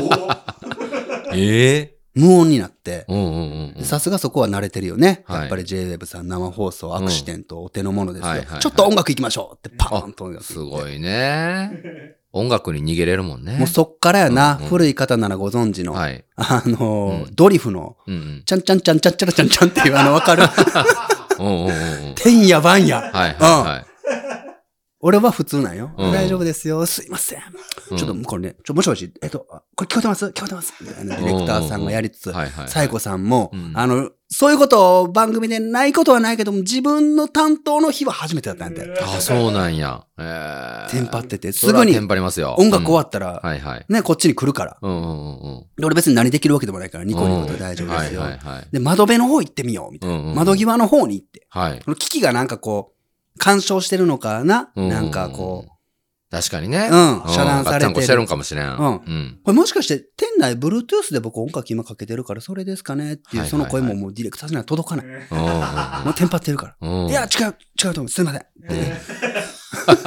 [SPEAKER 3] お
[SPEAKER 2] ええ。
[SPEAKER 1] 無音になって、
[SPEAKER 2] うんうんうんうん。
[SPEAKER 1] さすがそこは慣れてるよね。
[SPEAKER 2] はい
[SPEAKER 1] やっぱり JWEB さん生放送アクシデントお手の物ですよ。
[SPEAKER 2] はいはいはい
[SPEAKER 1] ちょっと音楽いきましょうってパーンと音楽
[SPEAKER 2] すご
[SPEAKER 1] い。
[SPEAKER 2] いね。音楽に逃げれるもんね。
[SPEAKER 1] もうそっからやな、
[SPEAKER 2] うんうん
[SPEAKER 1] 古い方ならご存知の、
[SPEAKER 2] はい。
[SPEAKER 1] あのー
[SPEAKER 2] うん
[SPEAKER 1] ドリフの、
[SPEAKER 2] うんうん。
[SPEAKER 1] ちゃんちゃんちゃんちゃんちゃらちゃんちゃんっていうあのわ かる、
[SPEAKER 2] うんうんうんうん。
[SPEAKER 1] てんやばんや。
[SPEAKER 2] はいはいは
[SPEAKER 1] 俺は普通なんよ。
[SPEAKER 2] うん
[SPEAKER 1] 大丈夫ですよ。すいません。
[SPEAKER 2] い。うん
[SPEAKER 1] ちょっと向こうね、ちょ、もしもし、えっと、あこれ聞こえてます聞こえてますみたいなディレクターさんがやりつつ、
[SPEAKER 2] はいはい。
[SPEAKER 1] サイコさんも、
[SPEAKER 2] うん
[SPEAKER 1] あの、そういうことを番組でないことはないけども、自分の担当の日は初めてだったんだよ。
[SPEAKER 2] あ、そうなんや。ええ。
[SPEAKER 1] テンパってて、す
[SPEAKER 2] それは
[SPEAKER 1] ぐに
[SPEAKER 2] テンパりますよ。
[SPEAKER 1] 音楽終わ
[SPEAKER 2] っ
[SPEAKER 1] ったら、
[SPEAKER 2] はいはい。
[SPEAKER 1] ね、こっちに来るから。
[SPEAKER 2] うんうんうんうん。
[SPEAKER 1] で俺別に何できるわけでもないから、ニコニコ
[SPEAKER 2] う
[SPEAKER 1] で
[SPEAKER 2] ん
[SPEAKER 1] 大丈夫ですよ
[SPEAKER 2] は。いはいはい。
[SPEAKER 1] で、窓辺の方行ってみよう、みたい
[SPEAKER 2] うんうんう
[SPEAKER 1] な。
[SPEAKER 2] ん
[SPEAKER 1] 窓際の方に行って。
[SPEAKER 2] はい。
[SPEAKER 1] この機器がなんかこう、干渉してるのかな
[SPEAKER 2] ううう
[SPEAKER 1] なんかこう。。
[SPEAKER 2] 確かにね。
[SPEAKER 1] うん遮断されてる
[SPEAKER 2] ガッチャンコしてるんかもしれん。
[SPEAKER 1] うん
[SPEAKER 2] ん。
[SPEAKER 1] これもしかして、店内、Bluetooth で僕音楽今かけてるから、それですかねってい
[SPEAKER 2] は
[SPEAKER 1] う、
[SPEAKER 2] い
[SPEAKER 1] そ
[SPEAKER 2] はいは
[SPEAKER 1] の
[SPEAKER 2] い
[SPEAKER 1] 声ももうディレクターさんには届かない。
[SPEAKER 2] うん
[SPEAKER 1] もうテンパってるか
[SPEAKER 2] うんうん。
[SPEAKER 1] ら。いや、違う、違うと思う。すいません。
[SPEAKER 2] うん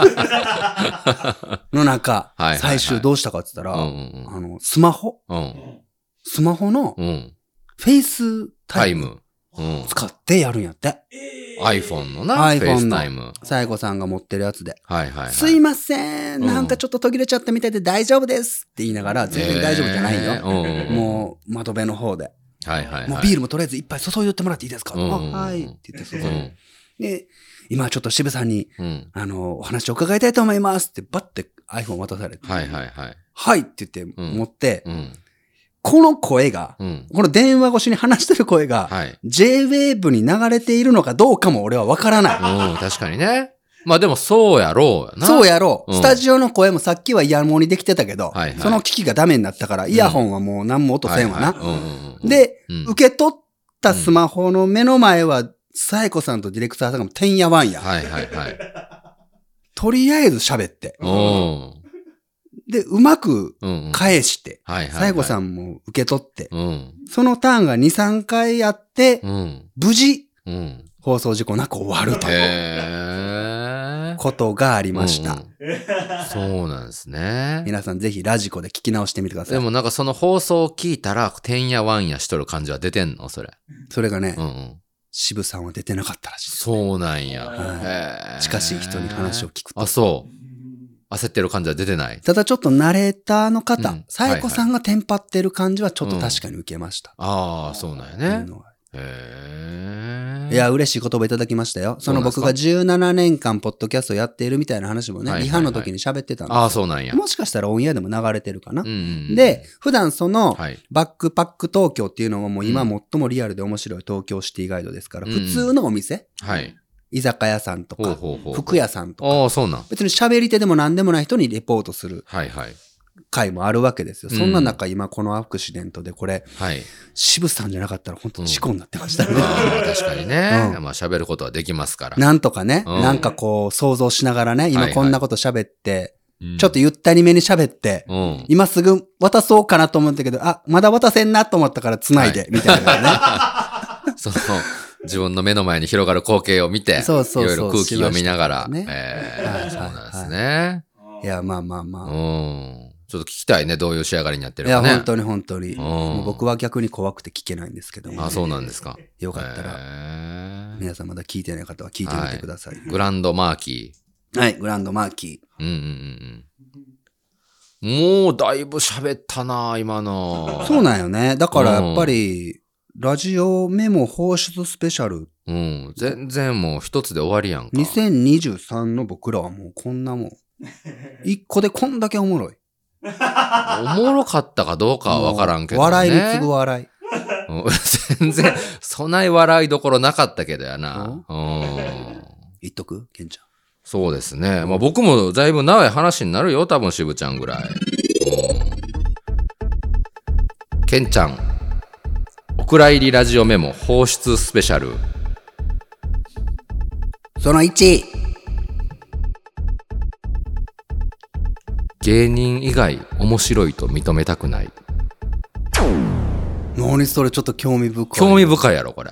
[SPEAKER 1] の中
[SPEAKER 2] はいはいは、い
[SPEAKER 1] 最終どうしたかって言った
[SPEAKER 2] うん
[SPEAKER 1] ら、
[SPEAKER 2] うん
[SPEAKER 1] あの、スマホ
[SPEAKER 2] うん。
[SPEAKER 1] スマホの
[SPEAKER 2] うん。うん。
[SPEAKER 1] フェイスタ
[SPEAKER 2] タイ
[SPEAKER 1] イム
[SPEAKER 2] ム。うん。
[SPEAKER 1] 使ってやるんやって。
[SPEAKER 2] iPhone のな、
[SPEAKER 1] iPhone
[SPEAKER 2] フ
[SPEAKER 1] の
[SPEAKER 2] ェイスタイム。
[SPEAKER 1] サイコさんが持ってるやつで。
[SPEAKER 2] はいはいはい。
[SPEAKER 1] すいません。
[SPEAKER 2] うん
[SPEAKER 1] なんかちょっと途切れちゃったみたいで大丈夫ですって言いながら、全然大丈夫じゃない
[SPEAKER 2] えー
[SPEAKER 1] よ。
[SPEAKER 2] うんうん。
[SPEAKER 1] もう、窓辺の方で。
[SPEAKER 2] うん。はいはいはい。
[SPEAKER 1] もうビー
[SPEAKER 2] ー
[SPEAKER 1] ルもとりあえず一杯注いでってもらっていいですかあ
[SPEAKER 2] うんうんうん
[SPEAKER 1] はい。って言って、そこ
[SPEAKER 2] う
[SPEAKER 1] で
[SPEAKER 2] ん。
[SPEAKER 1] で、今ちょっと渋さんに、
[SPEAKER 2] うん。
[SPEAKER 1] あの、お話を伺いたいと思いますって、バッて iPhone 渡されて、
[SPEAKER 2] はいはいはい。
[SPEAKER 1] はいって言って
[SPEAKER 2] うん
[SPEAKER 1] 持って、
[SPEAKER 2] うん。
[SPEAKER 1] この声が、
[SPEAKER 2] うん。
[SPEAKER 1] この電話越しに話してる声が、
[SPEAKER 2] はい。
[SPEAKER 1] JWAVE に流れているのかどうかも俺はわからない。
[SPEAKER 2] うん、確かにね。まあでもそうやろうやな。
[SPEAKER 1] そうやろう、
[SPEAKER 2] うん
[SPEAKER 1] スタジオの声もさっきはイヤモニできてたけど、
[SPEAKER 2] はいはい
[SPEAKER 1] その機器がダメになったから、イヤホンはもう何も音せんわな。
[SPEAKER 2] はいはいうんうんうん、
[SPEAKER 1] で、
[SPEAKER 2] うん
[SPEAKER 1] 受け取ったスマホの目の前は、サエコさんとディレクターさんがもうてんやわんや。
[SPEAKER 2] はいはいはい。
[SPEAKER 1] とりあえず喋って。
[SPEAKER 2] うん。
[SPEAKER 1] で、うまく
[SPEAKER 2] うんうん。
[SPEAKER 1] 返して、
[SPEAKER 2] はいはいはい。
[SPEAKER 1] サエコさ
[SPEAKER 2] ん。
[SPEAKER 1] んも受け取って、
[SPEAKER 2] うん。
[SPEAKER 1] そのターンが2、3回やって、
[SPEAKER 2] うん。
[SPEAKER 1] 無事、
[SPEAKER 2] うん。
[SPEAKER 1] 放送事故なく終わると
[SPEAKER 2] へえ。
[SPEAKER 1] ことがありました。
[SPEAKER 2] うんうんそうなんですね。
[SPEAKER 1] 皆さんぜひラジコで聞き直してみてくださ
[SPEAKER 2] で
[SPEAKER 1] い。
[SPEAKER 2] もなんかその放送を聞いたら、てんやわんやしとる感じは出てんのそれ。
[SPEAKER 1] それがね、
[SPEAKER 2] うんうん。
[SPEAKER 1] 渋さんは出てなかったらしいです。
[SPEAKER 2] そうなん
[SPEAKER 3] はい
[SPEAKER 2] や。へえ
[SPEAKER 1] 近しい人に話を聞くと
[SPEAKER 2] あ、そう。焦ってる感じは出てない。
[SPEAKER 1] ただちょっとナレーターの方、
[SPEAKER 2] うん
[SPEAKER 1] サエコさんがテンパってる感じはちょっと確かに受けました。
[SPEAKER 2] ああ、そうなん
[SPEAKER 1] って
[SPEAKER 2] や
[SPEAKER 1] いう
[SPEAKER 2] ね。
[SPEAKER 1] のは
[SPEAKER 2] へえ。
[SPEAKER 1] いや、嬉しい言葉いただきましたよ。その僕
[SPEAKER 2] そう
[SPEAKER 1] が
[SPEAKER 2] な
[SPEAKER 1] 17
[SPEAKER 2] ん
[SPEAKER 1] 年間ポッドキャストやっているみたいな話もね、
[SPEAKER 2] はいはい
[SPEAKER 1] リ
[SPEAKER 2] は
[SPEAKER 1] ハ
[SPEAKER 2] い
[SPEAKER 1] の時に喋ってたんで
[SPEAKER 2] ああ、そうなんや。
[SPEAKER 1] もしかしたらオンエアでも流れてるかな。
[SPEAKER 2] うんうんうん
[SPEAKER 1] で、、普段その、
[SPEAKER 2] はい。
[SPEAKER 1] バックパック東京っていうのはもう今
[SPEAKER 2] う
[SPEAKER 1] 最もリアルで面白い東京シティガイドですから、
[SPEAKER 2] うん
[SPEAKER 1] 普通のお店、
[SPEAKER 2] はい。
[SPEAKER 1] 居酒屋さんと
[SPEAKER 2] ほう
[SPEAKER 1] か、
[SPEAKER 2] ほうほう。
[SPEAKER 1] 服屋さんとか、
[SPEAKER 2] ああ、そうなん。
[SPEAKER 1] 別に喋り手でも何でもない人にレポートする
[SPEAKER 2] はいはい。
[SPEAKER 1] 回もあるわけですよ。
[SPEAKER 2] うん
[SPEAKER 1] そんな中今このアクシデントでこれ、
[SPEAKER 2] はい。
[SPEAKER 1] 渋さんじゃなかったら本当事故になってましたね。
[SPEAKER 2] ああ、確かにね。
[SPEAKER 1] う
[SPEAKER 2] まあ、喋ることはできますか ら。
[SPEAKER 1] なんとかね、
[SPEAKER 2] うん
[SPEAKER 1] なんかこう想像しながらね、
[SPEAKER 2] はい
[SPEAKER 1] 今
[SPEAKER 2] はい
[SPEAKER 1] こんなこと喋って、
[SPEAKER 2] うん
[SPEAKER 1] ちょっと、ゆったりめに喋って、
[SPEAKER 2] うん。
[SPEAKER 1] 今すぐ渡そうかなと思ったけど、あ、まだ渡せんなと思ったから繋いで、みたいな ね。
[SPEAKER 2] その、自分の目の前に広がる光景を見て、
[SPEAKER 1] そうそうそう
[SPEAKER 2] いろいろ空気を見ながら
[SPEAKER 1] し。ましたね
[SPEAKER 2] え
[SPEAKER 1] はいはい
[SPEAKER 2] え、そうなんですね。
[SPEAKER 1] いや、まあまあまあ。
[SPEAKER 2] うん。ちょっと聞きたいね、どういう仕上がりになってる
[SPEAKER 1] いや、
[SPEAKER 2] かね。
[SPEAKER 1] 本当に本当に。
[SPEAKER 2] ん
[SPEAKER 1] もう僕は逆に怖くて聞けないんですけども、
[SPEAKER 2] あそうなんですか。
[SPEAKER 1] よかったら、
[SPEAKER 2] へえ
[SPEAKER 1] 皆さんまだ聞いてない方は聞いてみてください。
[SPEAKER 2] グランドマーキ
[SPEAKER 1] はい、グランドマーキー。
[SPEAKER 2] ー。うんうんうんうん。もう、だいぶ喋ったな、今の。
[SPEAKER 1] そうなんよね。だからやっぱり、ラジオメモ放出スペシャル
[SPEAKER 2] うん。全然もう一つで終わりやんか。
[SPEAKER 1] 2023の僕らはもうこんな もん。一個でこんだけおもろい。
[SPEAKER 2] おもろかったかどうかはわからんけど、
[SPEAKER 1] もう
[SPEAKER 2] ね。
[SPEAKER 1] 笑いに次ぐ笑い。
[SPEAKER 2] うん 全然、そない笑いどころなかったけどやな。うん。
[SPEAKER 1] 言っとくケンちゃん。
[SPEAKER 2] そうですね。まあ僕もだいぶ長い話になるよ。多分、しぶちゃんぐらい。うん。けんちゃん。お蔵入りラジオメモ放出スペシャル。
[SPEAKER 1] その1。
[SPEAKER 2] 芸人以外面白いと認めたくない。
[SPEAKER 1] 何それちょっと興味深い。
[SPEAKER 2] 興味深いやろ、これ。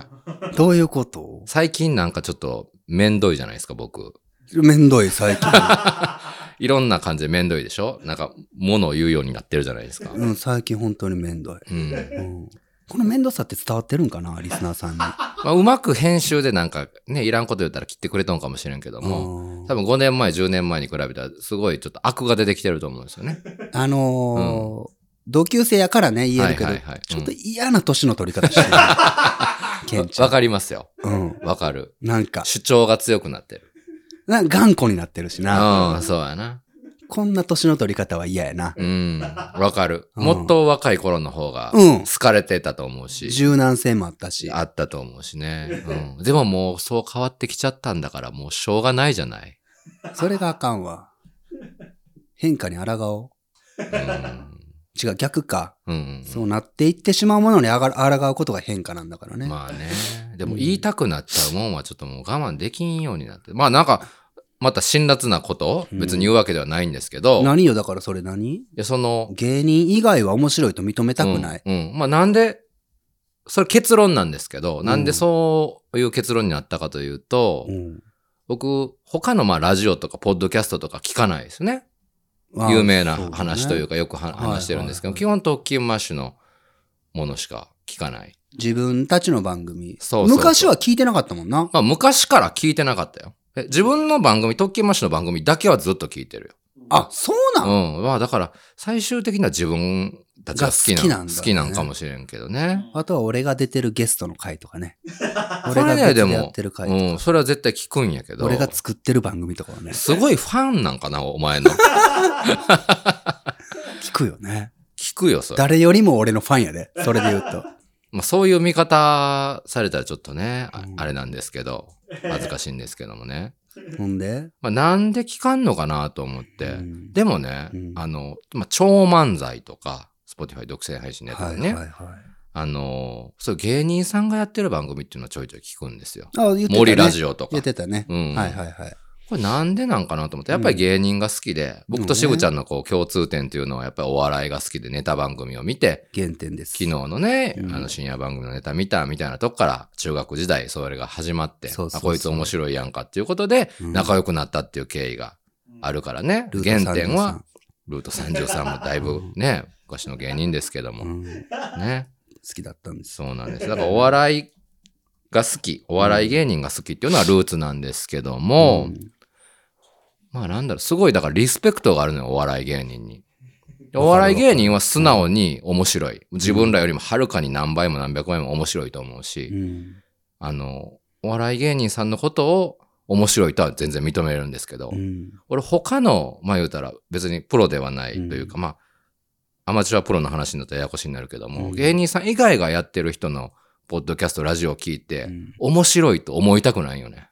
[SPEAKER 1] どういうこと
[SPEAKER 2] 最近なんかちょっとめんどいじゃないですか、僕。
[SPEAKER 1] めんどい最近。
[SPEAKER 2] いろんな感じでめんどいでしょなんか、ものを言うようになってるじゃないですか。
[SPEAKER 1] うん、最近本当にめんどい。
[SPEAKER 2] うん。
[SPEAKER 1] うん、このめんどさって伝わってるんかなリスナーさんに。
[SPEAKER 2] まあ、うまく編集でなんかね、いらんこと言ったら切ってくれたんかもしれんけど も。
[SPEAKER 1] うん
[SPEAKER 2] 多分5年前、10年前に比べたら、すごいちょっと悪が出てきてると思うんですよね。
[SPEAKER 1] あのー同級生やからね、言えるけど、
[SPEAKER 2] はいはいはい
[SPEAKER 1] ち
[SPEAKER 2] う
[SPEAKER 1] ょ
[SPEAKER 2] ん
[SPEAKER 1] っと嫌な年の取り方してる。ケンちゃ
[SPEAKER 2] わ
[SPEAKER 1] ん。
[SPEAKER 2] かりますよ。
[SPEAKER 1] うん。
[SPEAKER 2] わかる。
[SPEAKER 1] なんか、
[SPEAKER 2] 主張が強くなってる。
[SPEAKER 1] なんか頑固になってるし
[SPEAKER 2] うん、
[SPEAKER 1] な。
[SPEAKER 2] そうやな。
[SPEAKER 1] こんな年の取り方は嫌やな。
[SPEAKER 2] うん、わかる。
[SPEAKER 1] うん
[SPEAKER 2] もっと若い頃の方が、
[SPEAKER 1] うん
[SPEAKER 2] 好かれてたと思うし、
[SPEAKER 1] 柔軟性もあったし。
[SPEAKER 2] あったと思うしね。うん。でももうそう変わってきちゃったんだから、もうしょうがないじゃない。
[SPEAKER 1] それがあかんわ。変化に抗おう。
[SPEAKER 2] うん。
[SPEAKER 1] 違う、逆か。
[SPEAKER 2] うん、
[SPEAKER 1] そうなっていってしまうものにあが抗うことが変化なんだからね。
[SPEAKER 2] まあね。でも言いたくなっちゃうもんはちょっともう我慢できんようになって。まあなんか、また辛辣なことを別に言うわけではないんですけど、い
[SPEAKER 1] 何よ、だからそれ何
[SPEAKER 2] やその、
[SPEAKER 1] 芸人以外は面白いと認めたくない。
[SPEAKER 2] うん。うんまあなんで、それ結論なんですけど、なん
[SPEAKER 1] う
[SPEAKER 2] で
[SPEAKER 1] ん
[SPEAKER 2] そういう結論になったかというと、
[SPEAKER 1] うん
[SPEAKER 2] 僕、他のまあラジオとかポッドキャストとか聞かないですね。有名な話という
[SPEAKER 1] か。
[SPEAKER 2] かよく
[SPEAKER 1] は
[SPEAKER 2] は
[SPEAKER 1] いはい
[SPEAKER 2] 話してるんですけど、
[SPEAKER 1] はい
[SPEAKER 2] 基本特勤マッシュのものしか聞かない。
[SPEAKER 1] 自分たちの番組。
[SPEAKER 2] そうそうそう
[SPEAKER 1] 昔は聞いてなかったもんな。
[SPEAKER 2] まあ昔から聞いてなかったよ。え自分の番組、特勤マッシュの番組だけはずっと聞いてるよ。
[SPEAKER 1] あ、そうなん、
[SPEAKER 2] うん。まあだから、最終的には自分たちが好きな、
[SPEAKER 1] が好きなんだ
[SPEAKER 2] 好
[SPEAKER 1] ね
[SPEAKER 2] きなんかもしれんけどね。
[SPEAKER 1] あとは俺が出てるゲストの回とかね。
[SPEAKER 2] そ
[SPEAKER 1] 俺
[SPEAKER 2] れ
[SPEAKER 1] が
[SPEAKER 2] ね、
[SPEAKER 1] 別
[SPEAKER 2] で
[SPEAKER 1] でや
[SPEAKER 2] も
[SPEAKER 1] ってる、回とか。
[SPEAKER 2] うん、それは絶対聞くんやけど
[SPEAKER 1] 俺、が作ってる番組とかはね、
[SPEAKER 2] すごいファンなんかな、お前 の。
[SPEAKER 1] 聞くよね。
[SPEAKER 2] 聞くよ、それ。
[SPEAKER 1] 誰よりも俺のファンやで。それで言うと。
[SPEAKER 2] まあそういう見方されたらちょっとね、あ
[SPEAKER 1] うん
[SPEAKER 2] あれなんですけど、恥ずかしいんですけどもね。
[SPEAKER 1] ほんで、
[SPEAKER 2] まあなんで聞かんのかなと思って。
[SPEAKER 1] うん
[SPEAKER 2] でもね、
[SPEAKER 1] うん
[SPEAKER 2] あの、まあ超漫才とか、Spotify 独占配信のやつと
[SPEAKER 1] は
[SPEAKER 2] か
[SPEAKER 1] い
[SPEAKER 2] ね、
[SPEAKER 1] はいはい。
[SPEAKER 2] あの、そういう芸人さんがやってる番組っていうのはちょいちょい聞くんですよ。
[SPEAKER 1] あ、言ってたね。
[SPEAKER 2] 森ラジオとか
[SPEAKER 1] 言っ。てたね。
[SPEAKER 2] うん
[SPEAKER 1] はいはいはい。
[SPEAKER 2] これなんでなんかなと思って、やっぱり芸人が好きで、僕としぶちゃんのこう共通点というのはやっぱりお笑いが好きでネタ番組を見て、
[SPEAKER 1] 原点です。
[SPEAKER 2] 昨日のね、
[SPEAKER 1] うん
[SPEAKER 2] あの深夜番組のネタ見たみたいなとこから中学時代それが始まって、
[SPEAKER 1] そうそうそ
[SPEAKER 2] あ
[SPEAKER 1] う
[SPEAKER 2] こいつ面白いやんかっていうことで
[SPEAKER 1] うん
[SPEAKER 2] 仲良くなったっていう経緯があるからね。
[SPEAKER 1] ルート33
[SPEAKER 2] 原点は、ルート33もだいぶね、 昔の芸人ですけど
[SPEAKER 1] う
[SPEAKER 2] も、
[SPEAKER 1] ん、好
[SPEAKER 2] ね。
[SPEAKER 1] きだったんです。
[SPEAKER 2] そうなんです。だからお笑いが好き、お笑い芸人が好きっていうのはルーツなんですけども、
[SPEAKER 1] ん
[SPEAKER 2] まあなんだろう、すごいだからリスペクトがあるのよ、お笑い芸人に。お笑い芸人は素直に面白い。自分らよりもはるかに何倍も何百倍も面白いと思う
[SPEAKER 1] う
[SPEAKER 2] し、
[SPEAKER 1] ん
[SPEAKER 2] あの、お笑い芸人さんのことを面白いとは全然認めれるんですけど、
[SPEAKER 1] うん
[SPEAKER 2] 俺他の、まあ言うたら別にプロではないというか、まあ、アマチュアプロの話になったらややこしになるけど
[SPEAKER 1] う
[SPEAKER 2] も、
[SPEAKER 1] ん
[SPEAKER 2] 芸人さん以外がやってる人のポッドキャスト、ラジオを聞いて、
[SPEAKER 1] うん
[SPEAKER 2] 面白いと思いたくないよね。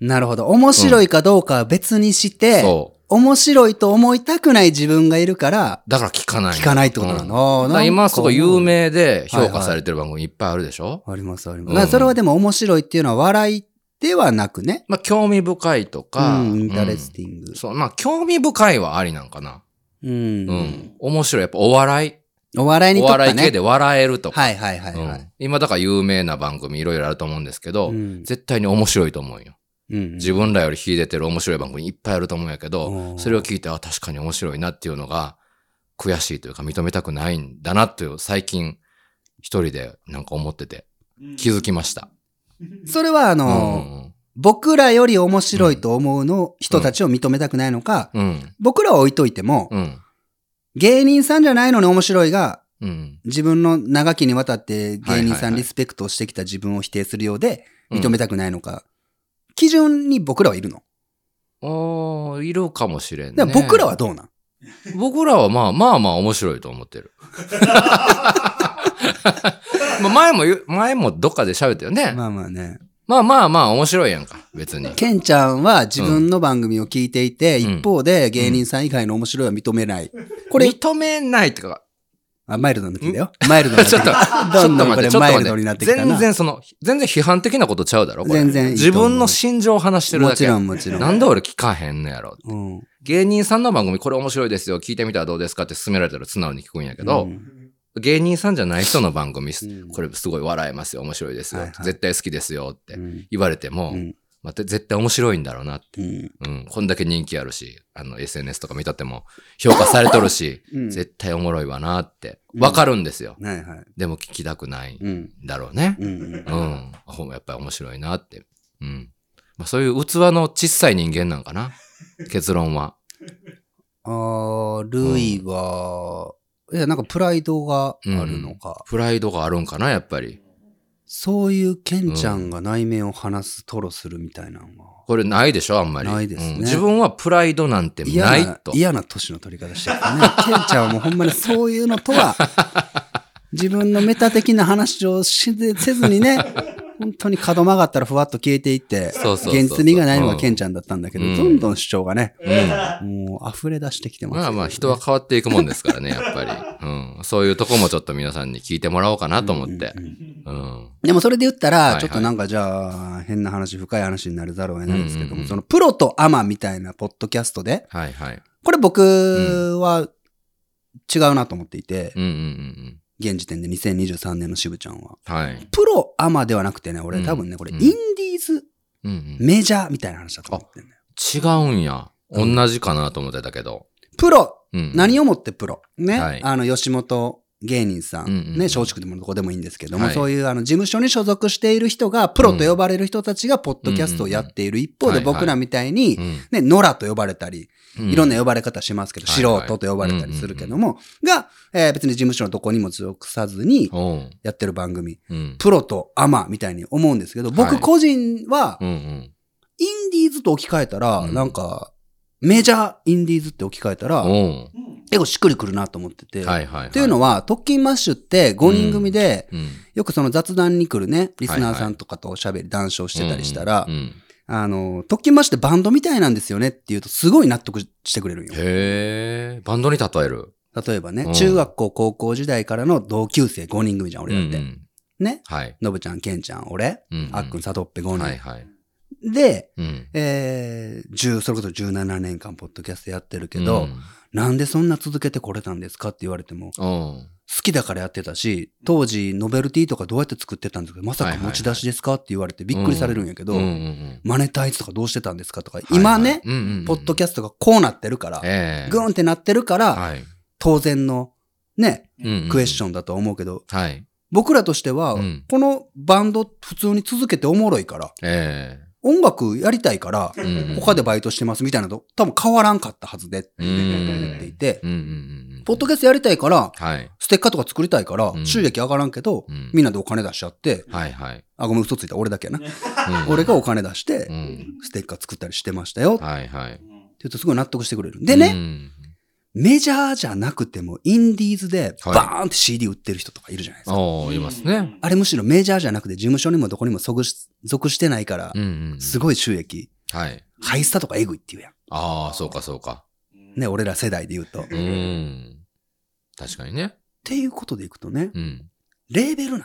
[SPEAKER 1] なるほど。面白いかどうかは別にして、
[SPEAKER 2] そう。
[SPEAKER 1] 面白いと思いたくない自分がいるから、
[SPEAKER 2] だから聞かないの。
[SPEAKER 1] 聞かないってことなの。あー
[SPEAKER 2] だ
[SPEAKER 1] な
[SPEAKER 2] か
[SPEAKER 1] ん
[SPEAKER 2] ら
[SPEAKER 1] か
[SPEAKER 2] 今すごい有名で
[SPEAKER 1] はいは
[SPEAKER 2] 評
[SPEAKER 1] い
[SPEAKER 2] 価されてる番組いっぱいあるでしょ、
[SPEAKER 1] ありますあります。
[SPEAKER 2] うん
[SPEAKER 1] まあそれはでも面白いっていうのは笑いではなくね。
[SPEAKER 2] まあ興味深いと
[SPEAKER 1] う
[SPEAKER 2] か、
[SPEAKER 1] ん、インタレス
[SPEAKER 2] う
[SPEAKER 1] ティング
[SPEAKER 2] ん。そう、まあ興味深いはありなんかな。
[SPEAKER 1] うん。
[SPEAKER 2] うん。面白い。やっぱお笑
[SPEAKER 1] お笑い
[SPEAKER 2] い。
[SPEAKER 1] に
[SPEAKER 2] お
[SPEAKER 1] とった
[SPEAKER 2] 笑い系
[SPEAKER 1] ね。
[SPEAKER 2] で笑えるとか。
[SPEAKER 1] はいはいはいは
[SPEAKER 2] う
[SPEAKER 1] い。
[SPEAKER 2] ん今だから有名な番組いろいろあると思うんですけど、
[SPEAKER 1] うん
[SPEAKER 2] 絶対に面白いと思うよ。
[SPEAKER 1] うん
[SPEAKER 2] 自分らより秀でてる面白い番組いっぱいあると思うんやけど、
[SPEAKER 1] うん
[SPEAKER 2] それを聞いて、あ、確かに面白いなっていうのが、悔しいというか認めたくないんだなっていう、最近、一人でなんか思ってて、気づきました。
[SPEAKER 1] それはあ
[SPEAKER 2] う
[SPEAKER 1] の、
[SPEAKER 2] ん。
[SPEAKER 1] 僕らより面白いと思うの人たちを認めたくないのか、
[SPEAKER 2] うん。
[SPEAKER 1] 僕らは置いといても、
[SPEAKER 2] うん。
[SPEAKER 1] 芸人さんじゃないのに面白いが、
[SPEAKER 2] うん。
[SPEAKER 1] 自分の長きにわたって芸人
[SPEAKER 2] はいは
[SPEAKER 1] さ
[SPEAKER 2] い
[SPEAKER 1] ん
[SPEAKER 2] はい
[SPEAKER 1] リスペクトしてきた自分を否定するようで認めたくないのか、基準に僕らはいるの。
[SPEAKER 2] ああ、いるかもしれん
[SPEAKER 1] で
[SPEAKER 2] ね。
[SPEAKER 1] も僕らはどうなん
[SPEAKER 2] 僕らはまあまあまあ面白いと思ってる。 まあ前も言う、前もどっかで喋ったよね。
[SPEAKER 1] まあまあね。
[SPEAKER 2] まあまあまあ面白いやんか、別に。
[SPEAKER 1] ケンちゃんは自分の番組を聞いていて、
[SPEAKER 2] うん
[SPEAKER 1] 一方で芸人さん以外の面白いは認めない。これ、
[SPEAKER 2] 認めないってか、
[SPEAKER 1] あ、マイルドになってきたよ。マイルドになって
[SPEAKER 2] ちょ
[SPEAKER 1] き
[SPEAKER 2] っと、ちょ
[SPEAKER 1] た。
[SPEAKER 2] っ
[SPEAKER 1] ど
[SPEAKER 2] と
[SPEAKER 1] んどんこ
[SPEAKER 2] 待っ
[SPEAKER 1] れ
[SPEAKER 2] て、ちょっ
[SPEAKER 1] マイ
[SPEAKER 2] と
[SPEAKER 1] ルドに
[SPEAKER 2] 待
[SPEAKER 1] な
[SPEAKER 2] っ
[SPEAKER 1] って
[SPEAKER 2] て。
[SPEAKER 1] きたな。
[SPEAKER 2] 全然その、全然批判的なことちゃうだろ、これ。
[SPEAKER 1] 全然いいと
[SPEAKER 2] 自
[SPEAKER 1] 思う
[SPEAKER 2] 分の心情を話してる
[SPEAKER 1] も
[SPEAKER 2] だ
[SPEAKER 1] ち
[SPEAKER 2] け。
[SPEAKER 1] ろんもちろん。
[SPEAKER 2] なんで俺聞かへんのやろ。
[SPEAKER 1] うん。
[SPEAKER 2] 芸人さんの番組これ面白いですよ、聞いてみたらどうですかって勧められたら素直に聞くんやけ
[SPEAKER 1] う
[SPEAKER 2] ど、
[SPEAKER 1] ん
[SPEAKER 2] 芸人さんじゃない人の番組、
[SPEAKER 1] ん
[SPEAKER 2] これすごい笑えますよ、面白いですよ、
[SPEAKER 1] はいはい
[SPEAKER 2] 絶対好きですよって
[SPEAKER 1] うん
[SPEAKER 2] 言われても、
[SPEAKER 1] うん
[SPEAKER 2] また絶対面白いんだろうなって。
[SPEAKER 1] うん
[SPEAKER 2] うん。こんだけ人気あるし、あの、SNS とか見たっても評価されとるし、
[SPEAKER 1] うん
[SPEAKER 2] 絶対おもろいわなって、
[SPEAKER 1] うん
[SPEAKER 2] わかるんですよ。
[SPEAKER 1] はいはい。
[SPEAKER 2] でも聞きたくないん
[SPEAKER 1] うん。
[SPEAKER 2] だろうね。
[SPEAKER 1] うん
[SPEAKER 2] う。ん。ほんまやっぱり面白いなって。うん。まあそういう器の小さい人間なんかな。結論は。
[SPEAKER 1] あールイは、いや、なんかプライドがあるのか。
[SPEAKER 2] プライドがあるんかな、やっぱり。
[SPEAKER 1] そういうケンちゃんが内面を話す、吐露するみたいなのは。
[SPEAKER 2] これないでしょ、あんまり。
[SPEAKER 1] ないですね
[SPEAKER 2] うん自分はプライドなんて
[SPEAKER 1] 嫌
[SPEAKER 2] ない
[SPEAKER 1] な
[SPEAKER 2] と、。
[SPEAKER 1] 嫌な年の取り方してるね。 ケンちゃんはもうほんまにそういうのとは、自分のメタ的な話をしせずにね、本当に角曲がったらふわっと消えていって、
[SPEAKER 2] そうそうそう
[SPEAKER 1] 現実味がないのが
[SPEAKER 2] うん
[SPEAKER 1] ケンちゃんだったんだけど、
[SPEAKER 2] うん
[SPEAKER 1] どんどん主張がね、
[SPEAKER 2] うん。
[SPEAKER 1] もう溢れ出してきてます、
[SPEAKER 2] まあまあ人は変わっていくもんですか らね、やっぱり。うん。そういうとこもちょっと皆さんに聞いてもらおうかなと思って
[SPEAKER 1] うん。うんうん
[SPEAKER 2] うん。
[SPEAKER 1] でもそれで言った
[SPEAKER 2] はいは
[SPEAKER 1] ら、
[SPEAKER 2] い
[SPEAKER 1] ちょっとなんかじゃあ、変な話、深い話になるざるを得ないんですけど
[SPEAKER 2] うんうんう
[SPEAKER 1] も、
[SPEAKER 2] ん
[SPEAKER 1] そのプロとアマみたいなポッドキャストで、
[SPEAKER 2] はいはい。
[SPEAKER 1] これ僕は違うなと思っていて、
[SPEAKER 2] うんうんうん
[SPEAKER 1] 現時点で2023年の渋ちゃんは。
[SPEAKER 2] うん。はい。
[SPEAKER 1] プロアマではなくてね、
[SPEAKER 2] う
[SPEAKER 1] 俺
[SPEAKER 2] ん
[SPEAKER 1] 多分ね、これイ
[SPEAKER 2] う
[SPEAKER 1] ン
[SPEAKER 2] ん
[SPEAKER 1] ディーズ
[SPEAKER 2] うんうん、
[SPEAKER 1] メジャーみたいな話だと思ってんだよ。
[SPEAKER 2] 違うんや。同じかなと思ってたけど。
[SPEAKER 1] プロ、
[SPEAKER 2] うん、
[SPEAKER 1] 何
[SPEAKER 2] を
[SPEAKER 1] をもってプロね、
[SPEAKER 2] はい
[SPEAKER 1] あの、吉本芸人さ
[SPEAKER 2] うんうんうん
[SPEAKER 1] ん、ね、松竹でもどこでもいいんですけども、
[SPEAKER 2] はい
[SPEAKER 1] そういうあの事務所に所属している人が、プロと呼ばれる人たちがポッドキャストをやっている一方で、
[SPEAKER 2] うんうんうん
[SPEAKER 1] 僕らみたいに
[SPEAKER 2] う、ん
[SPEAKER 1] ね、野良と呼ばれたり、
[SPEAKER 2] うん、
[SPEAKER 1] いろんな呼ばれ方しますけど、
[SPEAKER 2] はい
[SPEAKER 1] 素人と呼ばれたりするけども、が、えー別に事務所のどこにも属さずに
[SPEAKER 2] おう
[SPEAKER 1] やってる番組、
[SPEAKER 2] うん。
[SPEAKER 1] プロとアマみたいに思うんですけど、
[SPEAKER 2] は
[SPEAKER 1] 僕
[SPEAKER 2] い
[SPEAKER 1] 個人は
[SPEAKER 2] う、んうん。
[SPEAKER 1] インディーズと置き換えたら、
[SPEAKER 2] うん
[SPEAKER 1] なんか、メジャーインディーズって置き換えたら、
[SPEAKER 2] おう
[SPEAKER 3] うん
[SPEAKER 1] 結構しっくりくるなと思ってて、
[SPEAKER 2] はいはい、はい。
[SPEAKER 1] というのは、特勤マッシュって5人組で、
[SPEAKER 2] うん、
[SPEAKER 1] よくその雑談に来るね、リスナーさんとかとおしゃべり、談笑してたりしたら
[SPEAKER 2] うん、うん
[SPEAKER 1] あの、特勤マッシュってバンドみたいなんですよねって言うと、すごい納得してくれるんよ。
[SPEAKER 2] へえ、バンドに例える。
[SPEAKER 1] 例えば
[SPEAKER 2] うん
[SPEAKER 1] ね、中学校、高校時代からの同級生5人組じゃん、俺だっ
[SPEAKER 2] うんう
[SPEAKER 1] て。
[SPEAKER 2] ん
[SPEAKER 1] ね。
[SPEAKER 2] はい。
[SPEAKER 1] のぶちゃん、けんちゃん、俺、
[SPEAKER 2] うんうん
[SPEAKER 1] あっくん、さとっぺ
[SPEAKER 2] はい
[SPEAKER 1] 5
[SPEAKER 2] はい。
[SPEAKER 1] 人。で、
[SPEAKER 2] うん。
[SPEAKER 1] えー、10、それこそ17年間、ポッドキャストやってるけど、なんでそんな続けてこれたんですかって言われても、
[SPEAKER 2] うん、おう
[SPEAKER 1] 好きだからやってたし、当時、ノベルティとかどうやって作ってたんですかまさか持ち出しですかって言われてびっくりされるんやけど、
[SPEAKER 2] うんうんうん
[SPEAKER 1] マネタイズとかどうしてたんですかとか、今ね、、
[SPEAKER 2] はいはいうんうんうん
[SPEAKER 1] ポッドキャストがこうなってるから、
[SPEAKER 2] ええ
[SPEAKER 1] グーンってなってるから、
[SPEAKER 2] はい
[SPEAKER 1] 当然の、ね、
[SPEAKER 2] うんうん
[SPEAKER 1] クエスチョンだと思うけど、
[SPEAKER 2] はい。
[SPEAKER 1] 僕らとしては、
[SPEAKER 2] うん
[SPEAKER 1] このバンド普通に続けておもろいから、
[SPEAKER 2] え
[SPEAKER 1] 音楽やりたいから
[SPEAKER 2] え、うんうん
[SPEAKER 1] 他でバイトしてますみたいなと多分変わらんかったはずでって
[SPEAKER 2] うん
[SPEAKER 1] 言っていて
[SPEAKER 2] う、んうんうん。
[SPEAKER 1] ポッドキャストやりたいから、
[SPEAKER 2] はい。
[SPEAKER 1] ステッカーとか作りたいから
[SPEAKER 2] う、ん
[SPEAKER 1] 収益上がらんけど、
[SPEAKER 2] うん
[SPEAKER 1] みんなでお金出しちゃって、
[SPEAKER 2] はい はい。
[SPEAKER 1] あ、ごめん、嘘ついた。俺だけやな。
[SPEAKER 2] うん
[SPEAKER 1] 俺がお金出し
[SPEAKER 2] う
[SPEAKER 1] て、
[SPEAKER 2] ん。
[SPEAKER 1] ステッカー作ったりしてましたよ。って
[SPEAKER 2] はいはい。
[SPEAKER 1] 言うとすごい納得してくれる。でね、
[SPEAKER 2] うん
[SPEAKER 1] メジャーじゃなくても、インディーズで
[SPEAKER 2] はい
[SPEAKER 1] バーンって CD 売ってる人とかいるじゃないですか。
[SPEAKER 2] おーいますね。。
[SPEAKER 1] あれむしろメジャーじゃなくて、事務所にもどこにも属し属してないから
[SPEAKER 2] う、んうん。
[SPEAKER 1] すごい収益。
[SPEAKER 2] はい。
[SPEAKER 1] ハイスタとかエグいって言うや
[SPEAKER 2] ああ、そうかそうか。
[SPEAKER 1] ん。ね、俺ら世代で言うと。っ
[SPEAKER 2] うん。確かにね。
[SPEAKER 1] ていうことでいくとね、
[SPEAKER 2] うん。
[SPEAKER 1] レーベルなん。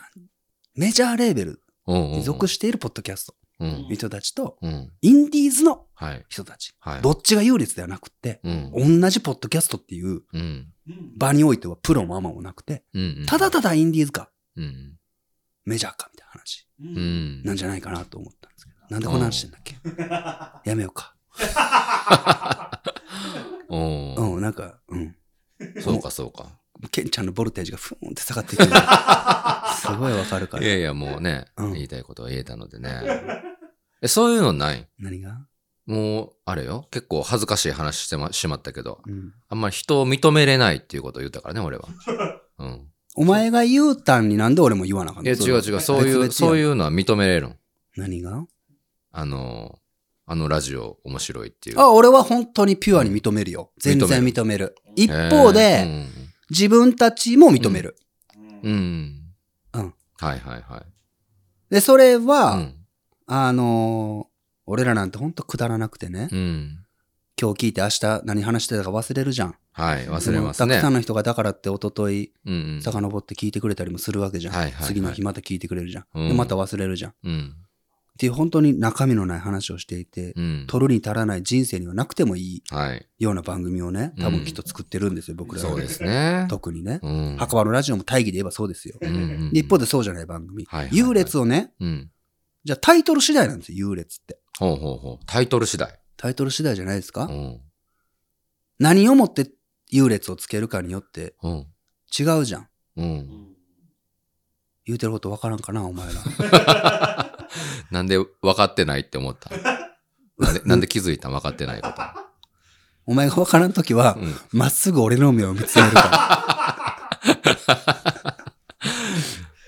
[SPEAKER 1] メジャーレーベル
[SPEAKER 2] うんうん。
[SPEAKER 1] に属しているポッドキャスト
[SPEAKER 2] うん。
[SPEAKER 1] の人たちと、
[SPEAKER 2] うん。
[SPEAKER 1] インディーズの
[SPEAKER 2] はい。
[SPEAKER 1] 人たち。
[SPEAKER 2] はい。
[SPEAKER 1] どっちが優劣ではなくって、
[SPEAKER 2] うん。
[SPEAKER 1] 同じポッドキャストっていう
[SPEAKER 2] うん。
[SPEAKER 3] うん
[SPEAKER 1] 場においてはプロもアマもなくて、
[SPEAKER 2] うん。
[SPEAKER 1] ただただインディーズか、
[SPEAKER 2] うん。
[SPEAKER 1] メジャーかみたいな話
[SPEAKER 3] う
[SPEAKER 2] うんん。
[SPEAKER 1] なんじゃないかなと思ったんですけど。なんでこんな話してんだっけやめようか。
[SPEAKER 2] おー
[SPEAKER 1] うん、なんか、うん。
[SPEAKER 2] そうかそうか。
[SPEAKER 1] ケンちゃんのボルテージがふーんって下がっていく る。すごいわかるか
[SPEAKER 2] い
[SPEAKER 1] ら。
[SPEAKER 2] やいや、もうね、
[SPEAKER 1] うん
[SPEAKER 2] 言いたいことは言えたのでね。え、そういうのない
[SPEAKER 1] 何が
[SPEAKER 2] もう、あれよ。結構恥ずかしい話してましまったけど、
[SPEAKER 1] うん。
[SPEAKER 2] あんまり人を認めれないっていうことを言ったからね、俺は。うん。
[SPEAKER 1] お前が言うたんになんで俺も言わなあかっ
[SPEAKER 2] い
[SPEAKER 1] た。
[SPEAKER 2] や、違う違う。そういう、そういううのは認めれるん。
[SPEAKER 1] 何が
[SPEAKER 2] あの、あのラジオ面白いっていう。
[SPEAKER 1] あ、俺は本当にピュアに認めるよ。全然認める。一
[SPEAKER 2] へー、
[SPEAKER 1] 方で、自分たちも認める。
[SPEAKER 2] うん。うん。
[SPEAKER 1] うん
[SPEAKER 2] はいはいはい。
[SPEAKER 1] で、それ
[SPEAKER 2] う
[SPEAKER 1] は、
[SPEAKER 2] ん
[SPEAKER 1] あのー俺らなんて本当くだらなくてね、
[SPEAKER 2] うん。
[SPEAKER 1] 今日聞いて明日何話してたか忘れるじゃん。
[SPEAKER 2] はい、忘れます
[SPEAKER 1] でもた
[SPEAKER 2] ね
[SPEAKER 1] くさ。んの人がだからって一昨日
[SPEAKER 2] うんうん。
[SPEAKER 1] 遡って聞いてくれたりもするわけじゃん。
[SPEAKER 2] はいはいはい
[SPEAKER 1] 次の日また聞いてくれるじゃん。
[SPEAKER 2] うん
[SPEAKER 1] でまた忘れるじゃん。っ
[SPEAKER 2] うん。
[SPEAKER 1] ていう本当に中身のない話をしていて、
[SPEAKER 2] うん。
[SPEAKER 1] 取るに足らない人生にはなくてもいい
[SPEAKER 2] はい。
[SPEAKER 1] ような番組をね、多分きっと作ってるんですよ、僕らは
[SPEAKER 2] そうですね。
[SPEAKER 1] 特にね。
[SPEAKER 2] うん。
[SPEAKER 1] 墓場のラジオも大義で言えばそうですよ。
[SPEAKER 2] うんうん
[SPEAKER 1] で一方でそうじゃない番組。
[SPEAKER 2] はいはいはい
[SPEAKER 1] 優劣をね、
[SPEAKER 2] うん。
[SPEAKER 1] じゃあタイトル次第なんですよ、優劣って。
[SPEAKER 2] ほうほうほう。タイトル次第。
[SPEAKER 1] タイトル次第じゃないですか、
[SPEAKER 2] うん。
[SPEAKER 1] 何をもって優劣をつけるかによって
[SPEAKER 2] うん。
[SPEAKER 1] 違うじゃん。
[SPEAKER 2] うん。
[SPEAKER 1] 言うてることわからんかな、お前ら。
[SPEAKER 2] なんで分かってないって 思ったなんで、なんで気づいたん分かってないこと。
[SPEAKER 1] お前がわからんときは
[SPEAKER 2] う、ん。
[SPEAKER 1] まっすぐ俺の目を見つめる か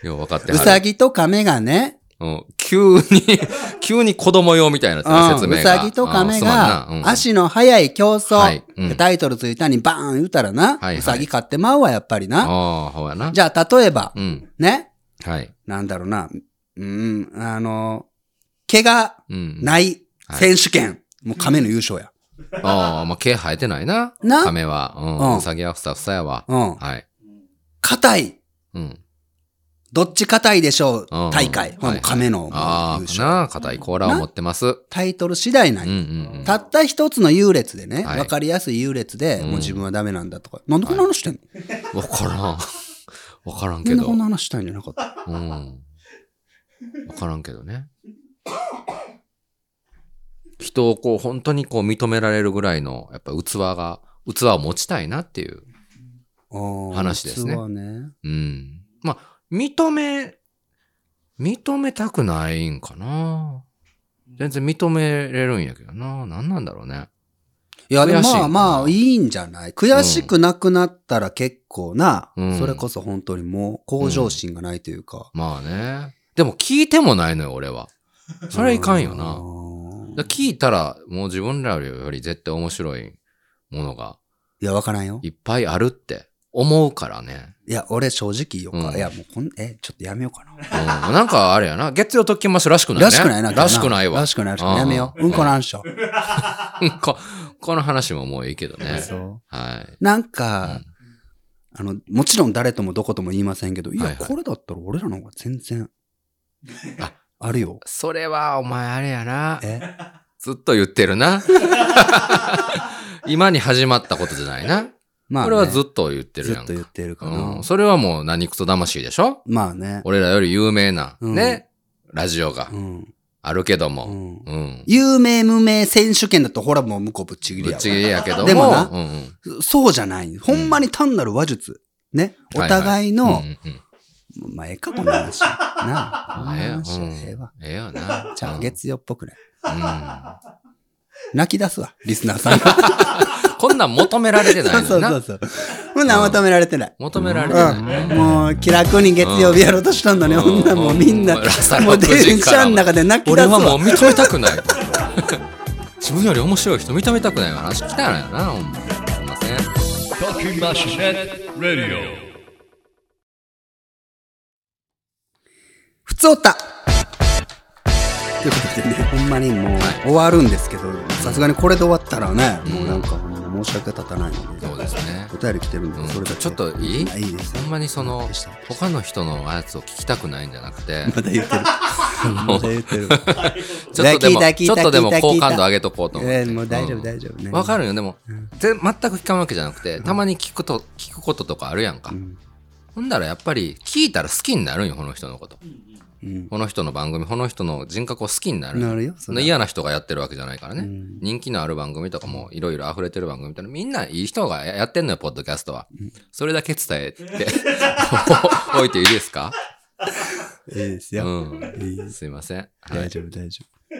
[SPEAKER 2] よう分かって
[SPEAKER 1] ら。う
[SPEAKER 2] はる
[SPEAKER 1] さぎと亀がね、
[SPEAKER 2] うん、急に、 急に子供用みたいな
[SPEAKER 1] うん
[SPEAKER 2] 説
[SPEAKER 1] う
[SPEAKER 2] 明が。
[SPEAKER 1] さぎと亀
[SPEAKER 2] うんすまん
[SPEAKER 1] が
[SPEAKER 2] なうん
[SPEAKER 1] 足の速い競争、
[SPEAKER 2] はいうん
[SPEAKER 1] でタイトルついたにバーン言うたらな、
[SPEAKER 2] はいはいう
[SPEAKER 1] さぎ買ってまうわ、やっぱりな。
[SPEAKER 2] ああ、ほうやな。
[SPEAKER 1] じゃあ、例えば、
[SPEAKER 2] うん。
[SPEAKER 1] ね、
[SPEAKER 2] はい。
[SPEAKER 1] なんだろうな、うん、あの、毛が
[SPEAKER 2] うん。
[SPEAKER 1] ない選手権、もう亀の優勝や。
[SPEAKER 2] ああ、まあ、毛生えてないな。
[SPEAKER 1] な
[SPEAKER 2] 亀は。う
[SPEAKER 1] うん
[SPEAKER 2] ん。うさぎはふさふさやわ。
[SPEAKER 1] うん。
[SPEAKER 2] はい。
[SPEAKER 1] 硬い。
[SPEAKER 2] うん。
[SPEAKER 1] どっち硬いでしょう
[SPEAKER 2] うん
[SPEAKER 1] 大会。
[SPEAKER 2] はい
[SPEAKER 1] もう亀のもう
[SPEAKER 2] あ
[SPEAKER 1] 優
[SPEAKER 2] あ、
[SPEAKER 1] 勝。
[SPEAKER 2] なあ、硬い甲羅を持ってます。うん
[SPEAKER 1] タイトル次第な
[SPEAKER 2] うんん
[SPEAKER 1] よ
[SPEAKER 2] うん。
[SPEAKER 1] たった一つの優劣でね、わ、
[SPEAKER 2] はい
[SPEAKER 1] かりやすい優劣で、
[SPEAKER 2] うん
[SPEAKER 1] もう自分はダメなんだとか。なんでこんな話してんの、
[SPEAKER 2] わからん。 わからん
[SPEAKER 1] み
[SPEAKER 2] け
[SPEAKER 1] んな
[SPEAKER 2] ど。
[SPEAKER 1] こん
[SPEAKER 2] うん。
[SPEAKER 1] な話したいんじゃなかった。
[SPEAKER 2] わからんけどね。人をこう、本当にこう、認められるぐらいの、やっぱ器が、器を持ちたいなっていう。話ですね
[SPEAKER 1] 実はね。
[SPEAKER 2] うん。まあ、認め、認めたくないんかな。全然認めれるんやけどな。何なんだろうね。
[SPEAKER 1] いや、でも
[SPEAKER 2] 悔し
[SPEAKER 1] まあ
[SPEAKER 2] いのかな
[SPEAKER 1] まあ、いいんじゃない悔しくなくなったら結構な、
[SPEAKER 2] うん
[SPEAKER 1] それこそ本当にもう向上心がないというか。
[SPEAKER 2] まあね。でも聞いてもないのよ、俺は。それはいかんよ
[SPEAKER 1] う
[SPEAKER 2] な。
[SPEAKER 1] ん
[SPEAKER 2] だ聞いたら、もう自分らより絶対面白いものが
[SPEAKER 1] いや、わからんよ。
[SPEAKER 2] いっぱいあるって思うからね。
[SPEAKER 1] いや、俺正直よか。
[SPEAKER 2] うん
[SPEAKER 1] いや、もうこん、え、ちょっとやめようかな。
[SPEAKER 2] うん。なんかあれやな。月曜特勤マッシュらしくないね。
[SPEAKER 1] らしくないな。
[SPEAKER 2] らしくないわ
[SPEAKER 1] ら。しくないらしく
[SPEAKER 2] う
[SPEAKER 1] なんい。やめよう。
[SPEAKER 2] う
[SPEAKER 1] うんんこなんしょ。
[SPEAKER 2] ここの話ももういいけどね。
[SPEAKER 1] そう
[SPEAKER 2] はい。
[SPEAKER 1] なん
[SPEAKER 2] う
[SPEAKER 1] か
[SPEAKER 2] ん、
[SPEAKER 1] あの、もちろん誰ともどことも言いませんけど、い
[SPEAKER 2] はい
[SPEAKER 1] や、
[SPEAKER 2] はい
[SPEAKER 1] これだったら俺らの方が全然
[SPEAKER 2] あ、
[SPEAKER 1] あるよ。
[SPEAKER 2] それはお前あれやな。
[SPEAKER 1] え
[SPEAKER 2] ずっと言ってる な。今に始まったことじゃないな。
[SPEAKER 1] まあね、
[SPEAKER 2] これはず
[SPEAKER 1] っ
[SPEAKER 2] っと言ってる
[SPEAKER 1] ず
[SPEAKER 2] や
[SPEAKER 1] っ
[SPEAKER 2] ん
[SPEAKER 1] と
[SPEAKER 2] か。
[SPEAKER 1] 言ってるか
[SPEAKER 2] う、。
[SPEAKER 1] なん
[SPEAKER 2] それはもう何くそ魂でしょ
[SPEAKER 1] まあね。
[SPEAKER 2] 俺らより有名な、
[SPEAKER 1] うん
[SPEAKER 2] ね、ラジオが
[SPEAKER 1] うん。
[SPEAKER 2] あるけど
[SPEAKER 1] う
[SPEAKER 2] も。
[SPEAKER 1] ん。
[SPEAKER 2] うん。
[SPEAKER 1] 有名無名選手権だとほらもう向こうぶっちぎり
[SPEAKER 2] ぶっ
[SPEAKER 1] やわ
[SPEAKER 2] ちぎりやけども。
[SPEAKER 1] でもな
[SPEAKER 2] うんうん
[SPEAKER 1] そうじゃない。ほんまに単なる話術。ね。お互い
[SPEAKER 2] うん
[SPEAKER 1] の
[SPEAKER 2] う、んうん。
[SPEAKER 1] まあ、ええか、この 話。なあ。この
[SPEAKER 2] ええうん
[SPEAKER 1] 話はええわ。
[SPEAKER 2] ええよな。
[SPEAKER 1] じゃあ、
[SPEAKER 2] うん
[SPEAKER 1] 月曜っぽくね。
[SPEAKER 2] うん
[SPEAKER 1] 泣き出すわ、リスナーさ んが。
[SPEAKER 2] こんなん求められて
[SPEAKER 1] そう
[SPEAKER 2] ないのに
[SPEAKER 1] そう
[SPEAKER 2] な。
[SPEAKER 1] そう。ほんなん求められてない。
[SPEAKER 2] 求められてない。
[SPEAKER 1] うん、もう気楽に月曜日やろうとしたんだね、
[SPEAKER 2] うん
[SPEAKER 1] ほんならもうみんな、
[SPEAKER 2] うん 朝
[SPEAKER 1] もう
[SPEAKER 2] 6
[SPEAKER 1] 電
[SPEAKER 2] 時か
[SPEAKER 1] 車
[SPEAKER 2] ら
[SPEAKER 1] の中で泣き出
[SPEAKER 2] 俺
[SPEAKER 1] す
[SPEAKER 2] はも
[SPEAKER 1] わ
[SPEAKER 2] う認めたくない 自分より面白い人認めたくない話聞きたいのよなほんますいません
[SPEAKER 4] Talking Mashinet Radio.
[SPEAKER 1] ふつおったということでね、ほんまにもう終わるんですけど、さすがにこれで終わったらね、もうなんかほんま申し訳立たないので、
[SPEAKER 2] そうですね
[SPEAKER 1] お便り来てるん
[SPEAKER 2] う
[SPEAKER 1] で、
[SPEAKER 2] ん
[SPEAKER 1] それだけ
[SPEAKER 2] ちょっといい
[SPEAKER 1] あいいですよ
[SPEAKER 2] ほんまにその
[SPEAKER 1] でした
[SPEAKER 2] 他の人のやつを聞きたくないんじゃなくて
[SPEAKER 1] まだ言って る。まだ言ってる。
[SPEAKER 2] ちょっと
[SPEAKER 1] 聞
[SPEAKER 2] でも
[SPEAKER 1] いた聞い
[SPEAKER 2] ち
[SPEAKER 1] た
[SPEAKER 2] ょっとでも
[SPEAKER 1] 聞いた聞いた
[SPEAKER 2] 好感度上げとこうと思って、
[SPEAKER 1] えーもう大丈夫、
[SPEAKER 2] 丈
[SPEAKER 1] 大丈夫ね。
[SPEAKER 2] わかるよでも、ぜ全く聞かんわけじゃなくてたまに聞くと聞くこととかあるやんか、
[SPEAKER 1] ん
[SPEAKER 2] ほんだらやっぱり聞いたら好きになるんよこの人のこと
[SPEAKER 1] うん。
[SPEAKER 2] この人の番組この人の人格を好きになるんよ
[SPEAKER 1] なるよ、それ。
[SPEAKER 2] 嫌な人がやってるわけじゃないからね。
[SPEAKER 1] うん
[SPEAKER 2] 人気のある番組とかもいろいろ溢れてる番組みたいな、みんないい人がややってんのよ、ポッドキャストは。それだけ伝 えておおいていいですか
[SPEAKER 1] いいです
[SPEAKER 2] う
[SPEAKER 1] よ。
[SPEAKER 2] ん。
[SPEAKER 1] いい
[SPEAKER 2] すいません。はい
[SPEAKER 1] 大丈夫、大丈夫。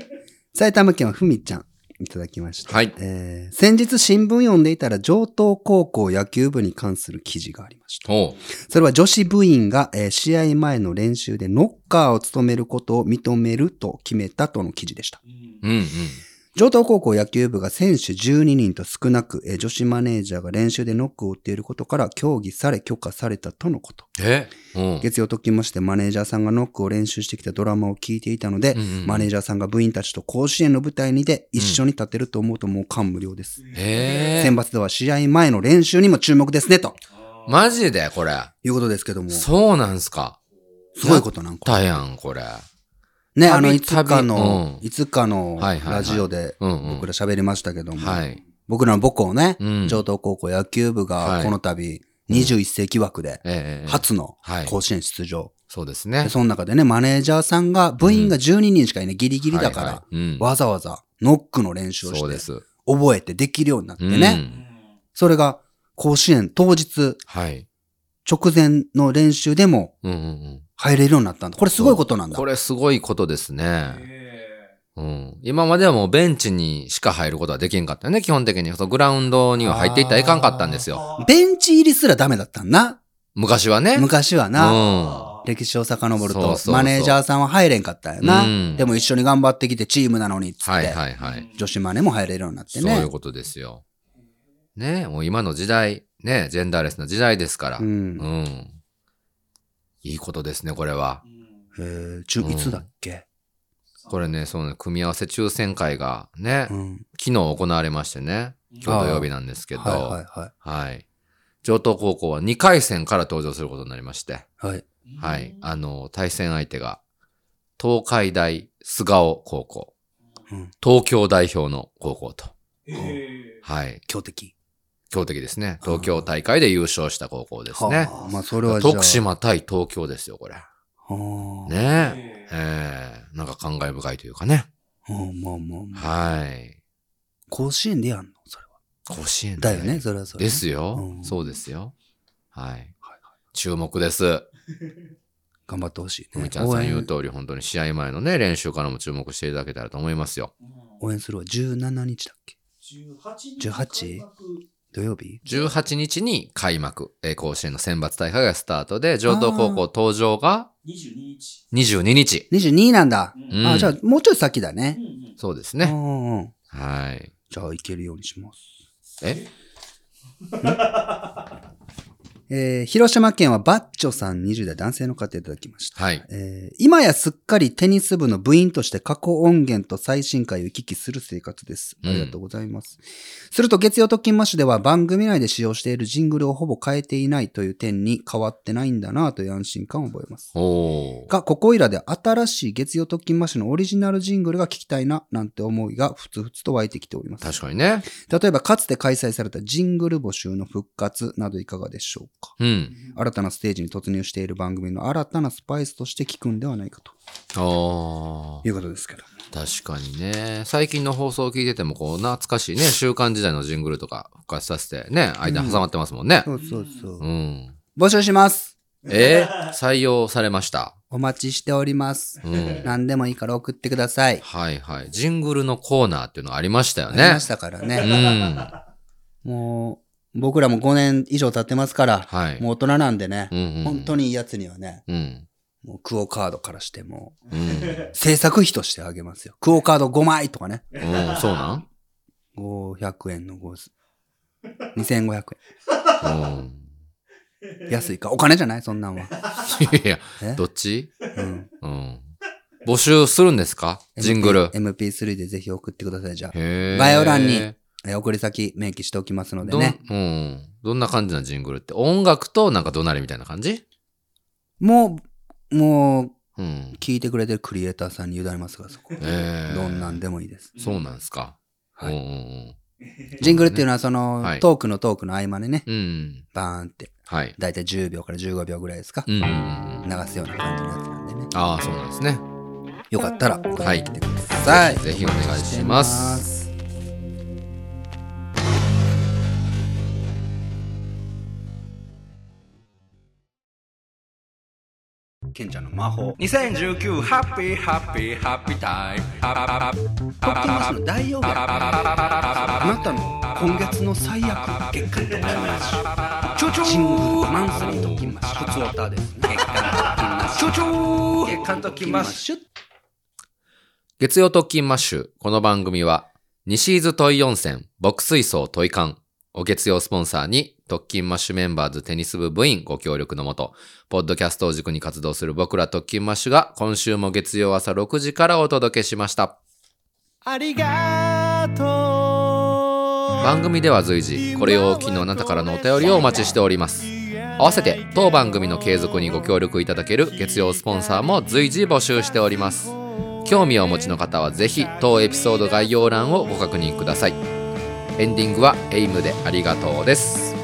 [SPEAKER 1] 埼玉県はふみちゃん。いただきました。
[SPEAKER 2] はい
[SPEAKER 1] えー先日新聞読んでいたら上東高校野球部に関する記事がありました。
[SPEAKER 2] ほ
[SPEAKER 1] それは女子部員が、えー試合前の練習でノッカーを務めることを認めると決めたとの記事でした。
[SPEAKER 3] うん
[SPEAKER 2] う。うんうん。
[SPEAKER 1] 上東高校野球部が選手12人と少なく、えー女子マネージャーが練習でノックを打っていることから協議され許可されたとのこと。
[SPEAKER 2] えうん。
[SPEAKER 1] 月曜ときましてマネージャーさんがノックを練習してきたドラマを聞いていたので、
[SPEAKER 2] うんうん
[SPEAKER 1] マネージャーさんが部員たちと甲子園の舞台にで一緒に立てると思うともう感無量です。
[SPEAKER 2] え
[SPEAKER 1] 選
[SPEAKER 2] え。
[SPEAKER 1] 抜では試合前の練習にも注目ですね、と
[SPEAKER 2] マジでこれ。
[SPEAKER 1] いうことですけども、す
[SPEAKER 2] そうなんすか。
[SPEAKER 1] ごいことなんか。
[SPEAKER 2] だやん、これ。
[SPEAKER 1] ね、
[SPEAKER 2] たび
[SPEAKER 1] あの、いつかの
[SPEAKER 2] た、びうん
[SPEAKER 1] いつかの
[SPEAKER 2] はいはいはい
[SPEAKER 1] ラジオで
[SPEAKER 2] うんうん。
[SPEAKER 1] 僕ら喋りましたけども、
[SPEAKER 2] はい。
[SPEAKER 1] 僕らの母校ね、
[SPEAKER 2] うん。
[SPEAKER 1] 上東高校野球部
[SPEAKER 2] は
[SPEAKER 1] が
[SPEAKER 2] い
[SPEAKER 1] この度21世紀枠で
[SPEAKER 2] ええ。
[SPEAKER 1] 初の
[SPEAKER 2] はい。
[SPEAKER 1] 甲子園出場。
[SPEAKER 2] そうですね
[SPEAKER 1] で。その中でね、マネージャーさんが、部員が12人しかいない、ギリギリだから、
[SPEAKER 2] はいはいうん。
[SPEAKER 1] わざわざノックの練習を
[SPEAKER 2] そう
[SPEAKER 1] し
[SPEAKER 2] で
[SPEAKER 1] て、
[SPEAKER 2] す。
[SPEAKER 1] 覚えてできるようになって
[SPEAKER 2] う
[SPEAKER 1] ね。
[SPEAKER 2] ん。
[SPEAKER 1] それが、甲子園当日
[SPEAKER 2] はい。
[SPEAKER 1] 直前の練習でも
[SPEAKER 2] うんうんうん。
[SPEAKER 1] 入れるようになったんだ。これすごいことなんだ。
[SPEAKER 2] これすごいことです
[SPEAKER 3] え
[SPEAKER 2] ね。
[SPEAKER 3] え
[SPEAKER 2] うん。今まではもうベンチにしか入ることはできんかったよね。基本的に。そうグラウンドには入っていったらいかんかったんですよ。
[SPEAKER 3] あー
[SPEAKER 1] ベンチ入りすらダメだったんだ。
[SPEAKER 2] 昔はね。
[SPEAKER 1] 昔はな。
[SPEAKER 2] う
[SPEAKER 3] あー
[SPEAKER 1] 歴史を遡る
[SPEAKER 2] そうそ
[SPEAKER 1] と
[SPEAKER 2] う、そう
[SPEAKER 1] マネージャーさんは入れんかったよな。
[SPEAKER 2] うん
[SPEAKER 1] でも一緒に頑張ってきてチームなのにっつ
[SPEAKER 2] ん。
[SPEAKER 1] っ
[SPEAKER 2] はい
[SPEAKER 1] て、
[SPEAKER 2] はいはい。
[SPEAKER 1] 女子マネも入れるようになって
[SPEAKER 2] そう
[SPEAKER 1] ね。
[SPEAKER 2] いうことですよ。ねもう今の時代、ねジェンダーレスな時代ですから。
[SPEAKER 1] う
[SPEAKER 2] うん。
[SPEAKER 1] ん
[SPEAKER 2] いいことですね、これは。
[SPEAKER 3] うん
[SPEAKER 1] へーちゅ
[SPEAKER 2] うん
[SPEAKER 1] いつだっけ、
[SPEAKER 2] これね、その組み合わせ抽選会がね、
[SPEAKER 1] うん、
[SPEAKER 2] 昨日行われましてね、今日土曜日なんですけど、
[SPEAKER 1] はいは
[SPEAKER 2] はい。
[SPEAKER 1] はい
[SPEAKER 2] 上東高校は2回戦から登場することになりまして、
[SPEAKER 1] い。はい。
[SPEAKER 2] はい。あの、対戦相手が、東海大菅生高校、
[SPEAKER 1] うん
[SPEAKER 2] 東京代表の高校と、
[SPEAKER 3] ええ
[SPEAKER 2] はい。
[SPEAKER 1] 強敵。
[SPEAKER 2] 強敵ですね。東京大会で優勝した高校ですね。
[SPEAKER 1] はあまあ、それはじゃあ
[SPEAKER 2] 徳。島対東京ですよ、これ。
[SPEAKER 1] はあ
[SPEAKER 2] ねえ。
[SPEAKER 3] ええ
[SPEAKER 2] ええなんか感慨深いというかね。
[SPEAKER 1] うんまあまあまあ
[SPEAKER 2] はい。
[SPEAKER 1] 甲子園でやんのそれは。
[SPEAKER 2] 甲子園
[SPEAKER 1] だよね、。それはそれ。
[SPEAKER 2] ですよ
[SPEAKER 1] う。ん
[SPEAKER 2] そうですよ。はい。注目です。
[SPEAKER 1] 頑張ってほしい
[SPEAKER 2] ふみ
[SPEAKER 1] ね
[SPEAKER 2] ち。ゃん
[SPEAKER 1] 応
[SPEAKER 2] さん言う
[SPEAKER 1] 援
[SPEAKER 2] 通り、本当に試合前のね、練習からも注目していただけたらと思いますよ。
[SPEAKER 3] うん
[SPEAKER 1] 応援するわ。17日だっけ
[SPEAKER 3] 18
[SPEAKER 1] 十八
[SPEAKER 3] 開幕
[SPEAKER 1] 土曜日
[SPEAKER 2] 18日に開幕、えー甲子園の選抜大会がスタートで、上東高校登場が
[SPEAKER 3] 22日。
[SPEAKER 2] 22日。
[SPEAKER 1] ?22 なんだ。
[SPEAKER 2] うん
[SPEAKER 1] あ、じゃあ、もうちょい先だ
[SPEAKER 3] うん
[SPEAKER 1] ね。
[SPEAKER 3] うん
[SPEAKER 2] そうです
[SPEAKER 1] う
[SPEAKER 2] ね。
[SPEAKER 1] んうん
[SPEAKER 2] はい。
[SPEAKER 1] じゃあ、行けるようにします。
[SPEAKER 2] え
[SPEAKER 1] えー広島県はバッチョさん20代男性の方いただきました。
[SPEAKER 2] はい。
[SPEAKER 1] えー今やすっかりテニス部の部員として過去音源と最新回を行き来する生活です。
[SPEAKER 2] うん
[SPEAKER 1] ありがとうございます。すると月曜特勤マッシュでは番組内で使用しているジングルをほぼ変えていないという点に変わってないんだなという安心感を覚えます。
[SPEAKER 2] おー。
[SPEAKER 1] が、ここいらで新しい月曜特勤マッシュのオリジナルジングルが聞きたいななんて思いがふつふつと湧いてきております。
[SPEAKER 2] 確かにね。
[SPEAKER 1] 例えばかつて開催されたジングル募集の復活などいかがでしょうか
[SPEAKER 2] うん。
[SPEAKER 1] 新たなステージに突入している番組の新たなスパイスとして聞くんではないかと
[SPEAKER 2] おー。
[SPEAKER 1] いうことですけど。
[SPEAKER 2] 確かにね。最近の放送を聞いてても、こう、懐かしいね、週刊時代のジングルとか復活させて、ね、間挟まってますもんね。
[SPEAKER 1] そうそうそう
[SPEAKER 2] う。ん。
[SPEAKER 1] 募集します。
[SPEAKER 2] えー採用されました。
[SPEAKER 1] お待ちしております。
[SPEAKER 2] うん。
[SPEAKER 1] 何でもいいから送ってください。
[SPEAKER 2] はいはい。ジングルのコーナーっていうのがありましたよ
[SPEAKER 1] あり
[SPEAKER 2] ね
[SPEAKER 1] まし。たから
[SPEAKER 2] う
[SPEAKER 1] ね。
[SPEAKER 2] ん。
[SPEAKER 1] もう、僕らも5年以上経ってますから、
[SPEAKER 2] はい。
[SPEAKER 1] もう大人なんでね
[SPEAKER 2] う、んうん、
[SPEAKER 1] 本当
[SPEAKER 2] に。
[SPEAKER 1] にいいやつにはね、
[SPEAKER 2] うん。
[SPEAKER 1] もうクオカードからしても、
[SPEAKER 2] うん。
[SPEAKER 1] 制作費としてあげますよ。クオカード5枚とかね。
[SPEAKER 2] うん、そうなん
[SPEAKER 1] 500円の5す。2500
[SPEAKER 2] うん。
[SPEAKER 1] 円。安いか。お金じゃないそんなんは。
[SPEAKER 2] いやい
[SPEAKER 1] え
[SPEAKER 2] や、どっち
[SPEAKER 1] うん
[SPEAKER 2] うん。募集するんですか ジングル。
[SPEAKER 1] MP3 でぜひ送ってください。じゃあ、
[SPEAKER 2] へー
[SPEAKER 1] 概要欄にえ送り先明記しておきますので
[SPEAKER 2] どん、
[SPEAKER 1] ね。
[SPEAKER 2] うん。どんな感じなジングルって。音楽となんか怒鳴りみたいな感じ
[SPEAKER 1] もう、もう、
[SPEAKER 2] うん。
[SPEAKER 1] 聞いてくれてるクリエイターさんに委ねますが、そこ。
[SPEAKER 2] えー
[SPEAKER 1] どんなんでもいいです。
[SPEAKER 2] そうなんですか。
[SPEAKER 1] はい
[SPEAKER 2] うんうん
[SPEAKER 1] ジングルっていうのは、その、
[SPEAKER 2] はい
[SPEAKER 1] トークのトークの合間でね、
[SPEAKER 2] うん。うん。
[SPEAKER 1] バーンって、
[SPEAKER 2] はい。
[SPEAKER 1] だいたい10秒から15秒ぐらいですか、
[SPEAKER 2] うんうんうんうん。
[SPEAKER 1] 流すような感じのやつなんでね。
[SPEAKER 2] ああ、そうなんですね。
[SPEAKER 1] よかったら、送ってきてくださ。
[SPEAKER 2] はいいぜひぜひお願いします
[SPEAKER 1] お待ちしてケンちゃんの魔法。
[SPEAKER 2] 2019ハッピーハッピーハッピータイム。ハッハッ
[SPEAKER 1] トッキンマッシュの大容
[SPEAKER 2] ハ
[SPEAKER 1] 疑あなたの今月の最悪月間トッキンマッシュちょちょシングルマンスリートッキンマッシュ靴オタです月間トッキンマッシュちょちょ月間トッキンマッシュ
[SPEAKER 2] 月曜特勤マッシュ。この番組は、西伊豆問い温泉、牧水槽問い館を月曜スポンサーに、特勤マッシュメンバーズテニス部部員ご協力のもと、ポッドキャストを軸に活動する僕ら特勤マッシュが、今週も月曜朝6時からお届けしました。
[SPEAKER 5] ありがとう
[SPEAKER 2] 番組では随時、これを機のあなたからのお便りをお待ちしております。合わせて、当番組の継続にご協力いただける月曜スポンサーも随時募集しております。興味をお持ちの方はぜひ当エピソード概要欄をご確認くださいエンディングは「エイムでありがとう」です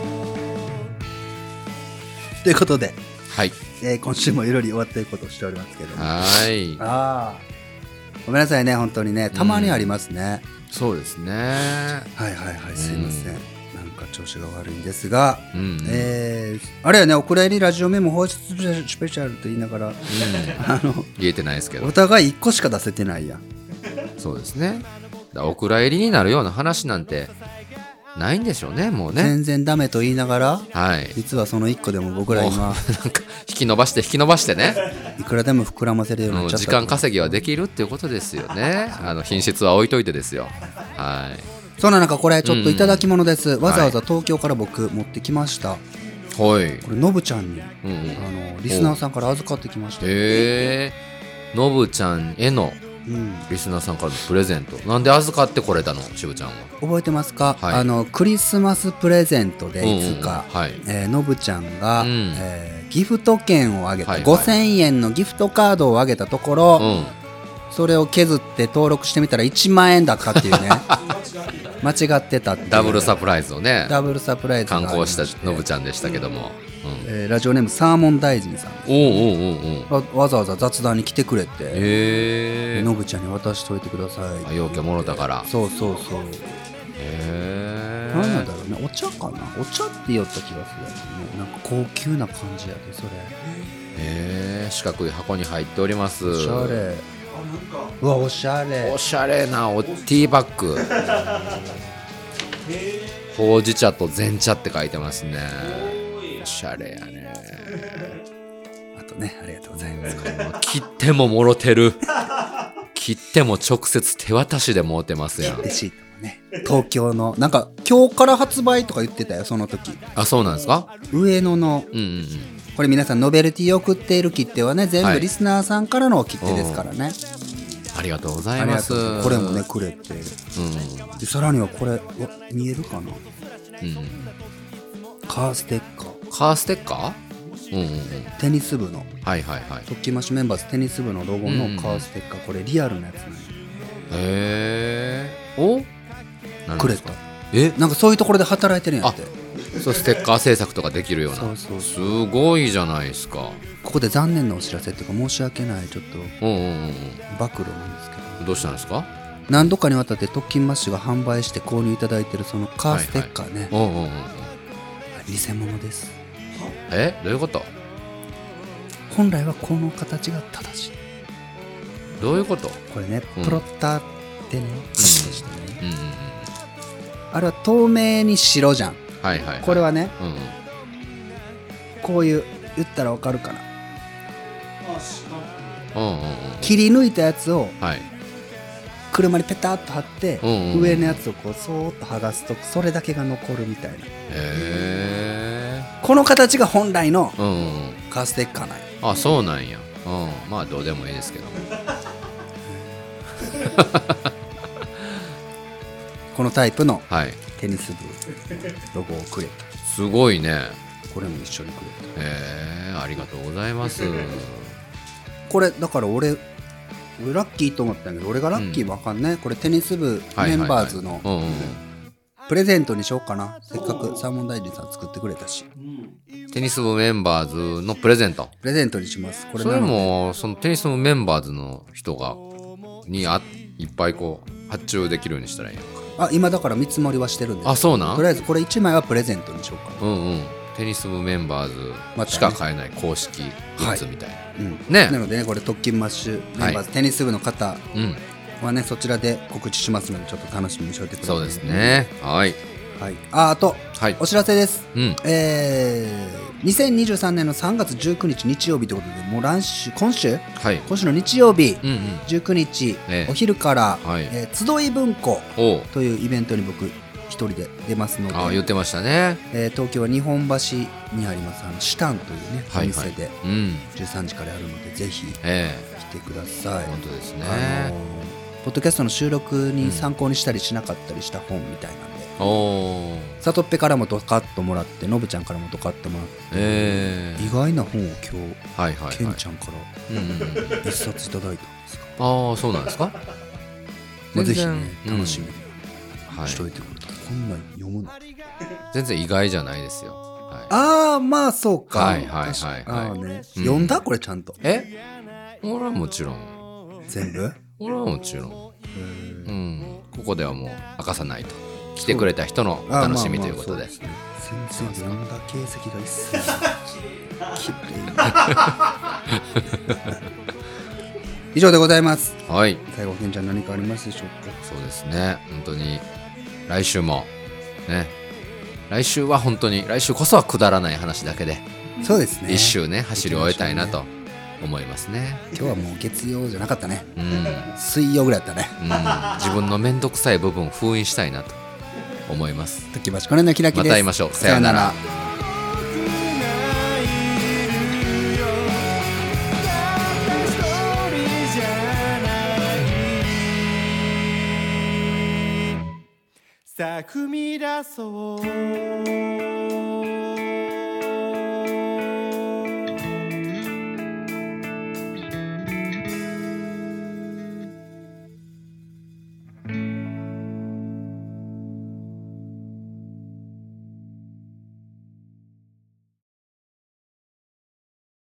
[SPEAKER 1] ということで、
[SPEAKER 2] はい
[SPEAKER 1] えー今週もいろいろ終わっていくことをしておりますけどもあ
[SPEAKER 2] はーい
[SPEAKER 1] あごめんなさいね本当にねたまにありますね、
[SPEAKER 2] そうですね
[SPEAKER 1] はいはいはいすいません、なんか調子が悪いんですが
[SPEAKER 2] うんうん、
[SPEAKER 1] えー、あれやね、お蔵入りラジオメモ放出スペシャルスペシャルと言いながら、あの、
[SPEAKER 2] 言えてないですけど
[SPEAKER 1] お互い1個しか出せてないやん。
[SPEAKER 2] そうですねだからお蔵入りになるような話なんてないんでしょうねもうね
[SPEAKER 1] 全然ダメと言いながら、
[SPEAKER 2] はい
[SPEAKER 1] 実はその1個でも僕ら
[SPEAKER 2] も
[SPEAKER 1] 今、
[SPEAKER 2] うなんか引き伸ばして引き伸ばしてね
[SPEAKER 1] いくらでも膨らませるように
[SPEAKER 2] う
[SPEAKER 1] なんっちゃっ
[SPEAKER 2] 時
[SPEAKER 1] た。
[SPEAKER 2] 間稼ぎはできるっていうことですよねあの品質は置いといてですよは
[SPEAKER 1] そんな中、これちょっといただき物です。わざわざ
[SPEAKER 2] は
[SPEAKER 1] 東京から僕持ってきました。
[SPEAKER 2] いはい
[SPEAKER 1] これ、のぶちゃんに、あ
[SPEAKER 2] うんう
[SPEAKER 1] の、
[SPEAKER 2] ん
[SPEAKER 1] リスナーさんから預かってきました。
[SPEAKER 2] へえのぶちゃんへの
[SPEAKER 1] うん。
[SPEAKER 2] リスナーさんからのプレゼントなんで預かってこれたのしぶちゃんは
[SPEAKER 1] 覚えてますか、
[SPEAKER 2] はい
[SPEAKER 1] あの、クリスマスプレゼントでいつか、
[SPEAKER 2] うんうんうんはい
[SPEAKER 1] えーのぶちゃんが、
[SPEAKER 2] うん
[SPEAKER 1] えーギフト券をあげた、
[SPEAKER 2] はいはい
[SPEAKER 1] 5000円のギフトカードをあげたところ、それを削って登録してみたら1万円だったっていう ね間違ってたっていう
[SPEAKER 2] うんダブルサプライズをね
[SPEAKER 1] ダブルサプライズがあ
[SPEAKER 2] 観
[SPEAKER 1] りま
[SPEAKER 2] 光したのぶ
[SPEAKER 1] ゃ
[SPEAKER 2] ちゃんでしたけども、
[SPEAKER 1] ん、えーラジオネームサーモン大臣さん
[SPEAKER 2] うん、おうおうおうおう
[SPEAKER 1] わわざわざ雑談に来てくれて
[SPEAKER 2] へえ
[SPEAKER 1] のぶちゃんに渡しといてください
[SPEAKER 2] 陽キャもろだから
[SPEAKER 1] そうそうそう
[SPEAKER 2] へ
[SPEAKER 1] 何なんだろうねお茶かなお茶って言おった気がするやつねなんか高級な感じやでそれ
[SPEAKER 2] え四角い箱に入っております
[SPEAKER 1] おしゃれ
[SPEAKER 3] あ、なんか、
[SPEAKER 1] うわおしゃれ
[SPEAKER 2] おしゃれなおティーバッグ
[SPEAKER 3] へ
[SPEAKER 2] ほうじ茶と煎茶って書いてますね
[SPEAKER 3] ーい
[SPEAKER 2] お。しゃれやね
[SPEAKER 1] あとねありがとうございます
[SPEAKER 2] 切ってももろてる切っても直接手渡しでもうてますやん
[SPEAKER 1] レシートもね東京のなんか今日から発売とか言ってたよその時
[SPEAKER 2] あそうなんですか
[SPEAKER 1] 上野の
[SPEAKER 2] うんうんうん
[SPEAKER 1] これ皆さんノベルティを送っている切手はね全
[SPEAKER 2] は
[SPEAKER 1] 部
[SPEAKER 2] い
[SPEAKER 1] リスナーさんからの切手ですからね、
[SPEAKER 2] ありがとうござ
[SPEAKER 1] あ
[SPEAKER 2] い
[SPEAKER 1] り
[SPEAKER 2] ま
[SPEAKER 1] が
[SPEAKER 2] す
[SPEAKER 1] とうございますこれもねくれて
[SPEAKER 2] う、
[SPEAKER 1] でさらにはこれうわ見えるかなん
[SPEAKER 2] うんうん、
[SPEAKER 1] カーステッカー
[SPEAKER 2] カーステッカーうんうんうん
[SPEAKER 1] テニス部の
[SPEAKER 2] はいはいはいへ
[SPEAKER 1] トッキーマッシュメンバーズテニス部のロゴ
[SPEAKER 2] うん
[SPEAKER 1] のカーステッカーこれリアルなやつね
[SPEAKER 2] えお何
[SPEAKER 1] く
[SPEAKER 2] で
[SPEAKER 1] れ
[SPEAKER 2] すか
[SPEAKER 1] た
[SPEAKER 2] え
[SPEAKER 1] なんかそういうところで働いてるんやって
[SPEAKER 2] あそうステッカー制作とかできるような
[SPEAKER 1] そうそう
[SPEAKER 2] すごいじゃないですか
[SPEAKER 1] ここで残念なお知らせっていうか申し訳ないちょっと
[SPEAKER 2] うんうんうん
[SPEAKER 1] 暴露なんですけど
[SPEAKER 2] うんどうしたんですか
[SPEAKER 1] 何度かにわたってトッキンマッシュが販売して購入いただいてるそのカーステッカーね、
[SPEAKER 2] うんうんうんうん
[SPEAKER 1] 偽物です
[SPEAKER 2] えどういうこと
[SPEAKER 1] 本来はこの形が正しい
[SPEAKER 2] どういうこと
[SPEAKER 1] これね
[SPEAKER 2] うん
[SPEAKER 1] プロッターってね,、してね
[SPEAKER 2] うんうんうん
[SPEAKER 1] あれは透明に白じゃん
[SPEAKER 2] はいはい、はい、
[SPEAKER 1] これはね
[SPEAKER 2] うんうん
[SPEAKER 1] こういう言ったらわかるかな
[SPEAKER 3] あ、しかも。
[SPEAKER 2] うんうんうん
[SPEAKER 1] 切り抜いたやつを
[SPEAKER 2] はい。
[SPEAKER 1] 車にペタッと貼って、
[SPEAKER 2] うんうんうん
[SPEAKER 1] 上のやつをこうそーっと剥がすとそれだけが残るみたいな
[SPEAKER 2] へ
[SPEAKER 1] この形が本来の
[SPEAKER 2] え。うんうんうん。
[SPEAKER 1] カーステッカーなんよ
[SPEAKER 2] あ、そうなんや。うん。まあ、どうでもいいですけど。
[SPEAKER 1] このタイプの
[SPEAKER 2] はい。
[SPEAKER 1] テニス部ロゴをくれた
[SPEAKER 2] すごいね。
[SPEAKER 1] これも一緒にくれた
[SPEAKER 2] へえ。ありがとうございます。
[SPEAKER 1] これだから俺俺ラッキーと思ったんやけど俺がラッキーわかんね、これテニス部
[SPEAKER 2] はいはいはい
[SPEAKER 1] メンバーズの
[SPEAKER 2] うんうん。
[SPEAKER 1] プレゼントにしようかなせっかくサーモン大臣さん作ってくれたし
[SPEAKER 3] うん。
[SPEAKER 2] テニス部メンバーズのプレゼント。
[SPEAKER 1] プレゼントにしますこれ
[SPEAKER 2] それ
[SPEAKER 1] なので
[SPEAKER 2] も、そのテニス部メンバーズの人が、にあ、いっぱいこう、発注できるようにしたらいいやんか。
[SPEAKER 1] あ今だから見積もりはしてるんです
[SPEAKER 2] あ、そうな
[SPEAKER 1] とり
[SPEAKER 2] ん
[SPEAKER 1] あえずこれ1枚はプレゼントにしようかな
[SPEAKER 2] うんうん。テニス部メンバー
[SPEAKER 1] またね
[SPEAKER 2] ズしか買えない公式グッズみたいな、
[SPEAKER 1] うん
[SPEAKER 2] ね
[SPEAKER 1] なのでねこれ特勤マッシュメンバーズ、
[SPEAKER 2] はい
[SPEAKER 1] テニス部の方
[SPEAKER 2] うん
[SPEAKER 1] はねそちらで告知しますのでちょっと楽しみにしておいてください
[SPEAKER 2] そうです、ねはい
[SPEAKER 1] はい、ああと
[SPEAKER 2] はい
[SPEAKER 1] お知らせです
[SPEAKER 2] うん
[SPEAKER 1] えー、2023年の3月19日日曜日ということでもう来週今週
[SPEAKER 2] はい
[SPEAKER 1] 今週の日曜日、
[SPEAKER 2] うんうん
[SPEAKER 1] 19日、
[SPEAKER 2] ええ
[SPEAKER 1] お昼から、
[SPEAKER 2] はい
[SPEAKER 1] えー集い文庫
[SPEAKER 2] おう
[SPEAKER 1] というイベントに僕一人で出ますので
[SPEAKER 2] ああ言ってましたね
[SPEAKER 1] えー東京は日本橋にありますあのシタンというね、
[SPEAKER 2] は
[SPEAKER 1] お
[SPEAKER 2] いはい
[SPEAKER 1] 店で
[SPEAKER 2] うん
[SPEAKER 1] 13時からやるのでぜひ来
[SPEAKER 2] え
[SPEAKER 1] てくださ
[SPEAKER 2] え
[SPEAKER 1] い、
[SPEAKER 2] 本当ですね
[SPEAKER 1] あのーポッドキャストの収録に参考にしたりしなかったりした本みたいなんで、
[SPEAKER 2] おおう
[SPEAKER 1] さとっぺからもドカッともらってのぶちゃんからもドカッともらって、
[SPEAKER 2] え
[SPEAKER 1] 意外な本を今
[SPEAKER 2] えはいはい
[SPEAKER 1] 日ケン
[SPEAKER 2] はい
[SPEAKER 1] ちゃんから
[SPEAKER 2] うんうんうん
[SPEAKER 1] 一冊いただいたんですか、
[SPEAKER 2] ああそうなんですか
[SPEAKER 1] まあ、ぜひね
[SPEAKER 2] 全然
[SPEAKER 1] 楽しみに
[SPEAKER 2] は
[SPEAKER 1] しと
[SPEAKER 2] い
[SPEAKER 1] いてくれた、こんなん読むの
[SPEAKER 2] 全然意外じゃないですよは
[SPEAKER 1] ああまあそうか
[SPEAKER 2] はいはいはい
[SPEAKER 1] 確かにあーね、
[SPEAKER 2] うん
[SPEAKER 1] 読んだこれちゃんと
[SPEAKER 2] いえ俺はもちろん
[SPEAKER 1] 全部
[SPEAKER 2] 俺はもちろんうんここではもう明かさないと来てくれた人のお
[SPEAKER 1] あー
[SPEAKER 2] 楽しみ
[SPEAKER 1] ま
[SPEAKER 2] と
[SPEAKER 1] あ
[SPEAKER 2] い
[SPEAKER 1] ま
[SPEAKER 2] う
[SPEAKER 1] あ
[SPEAKER 2] ことで
[SPEAKER 1] そうすね全然読んだ形跡が一切ない 以上でございます
[SPEAKER 2] はい
[SPEAKER 1] 最後けんちゃん何かありますでしょう
[SPEAKER 2] そうですね本当に来週もね来週は本当に来週こそはくだらない話だけで
[SPEAKER 1] かそうですね
[SPEAKER 2] 一周ね走り終えたいなと思いますね
[SPEAKER 1] 今日はもう月曜じゃなかったね
[SPEAKER 2] うん、うん、
[SPEAKER 1] 水曜ぐらいだったね
[SPEAKER 2] 自分の面倒くさい部分を封印したいなと思います
[SPEAKER 1] 時橋この辺のキラキラ
[SPEAKER 2] また会いましょうさようなら
[SPEAKER 5] さあ踏み出そう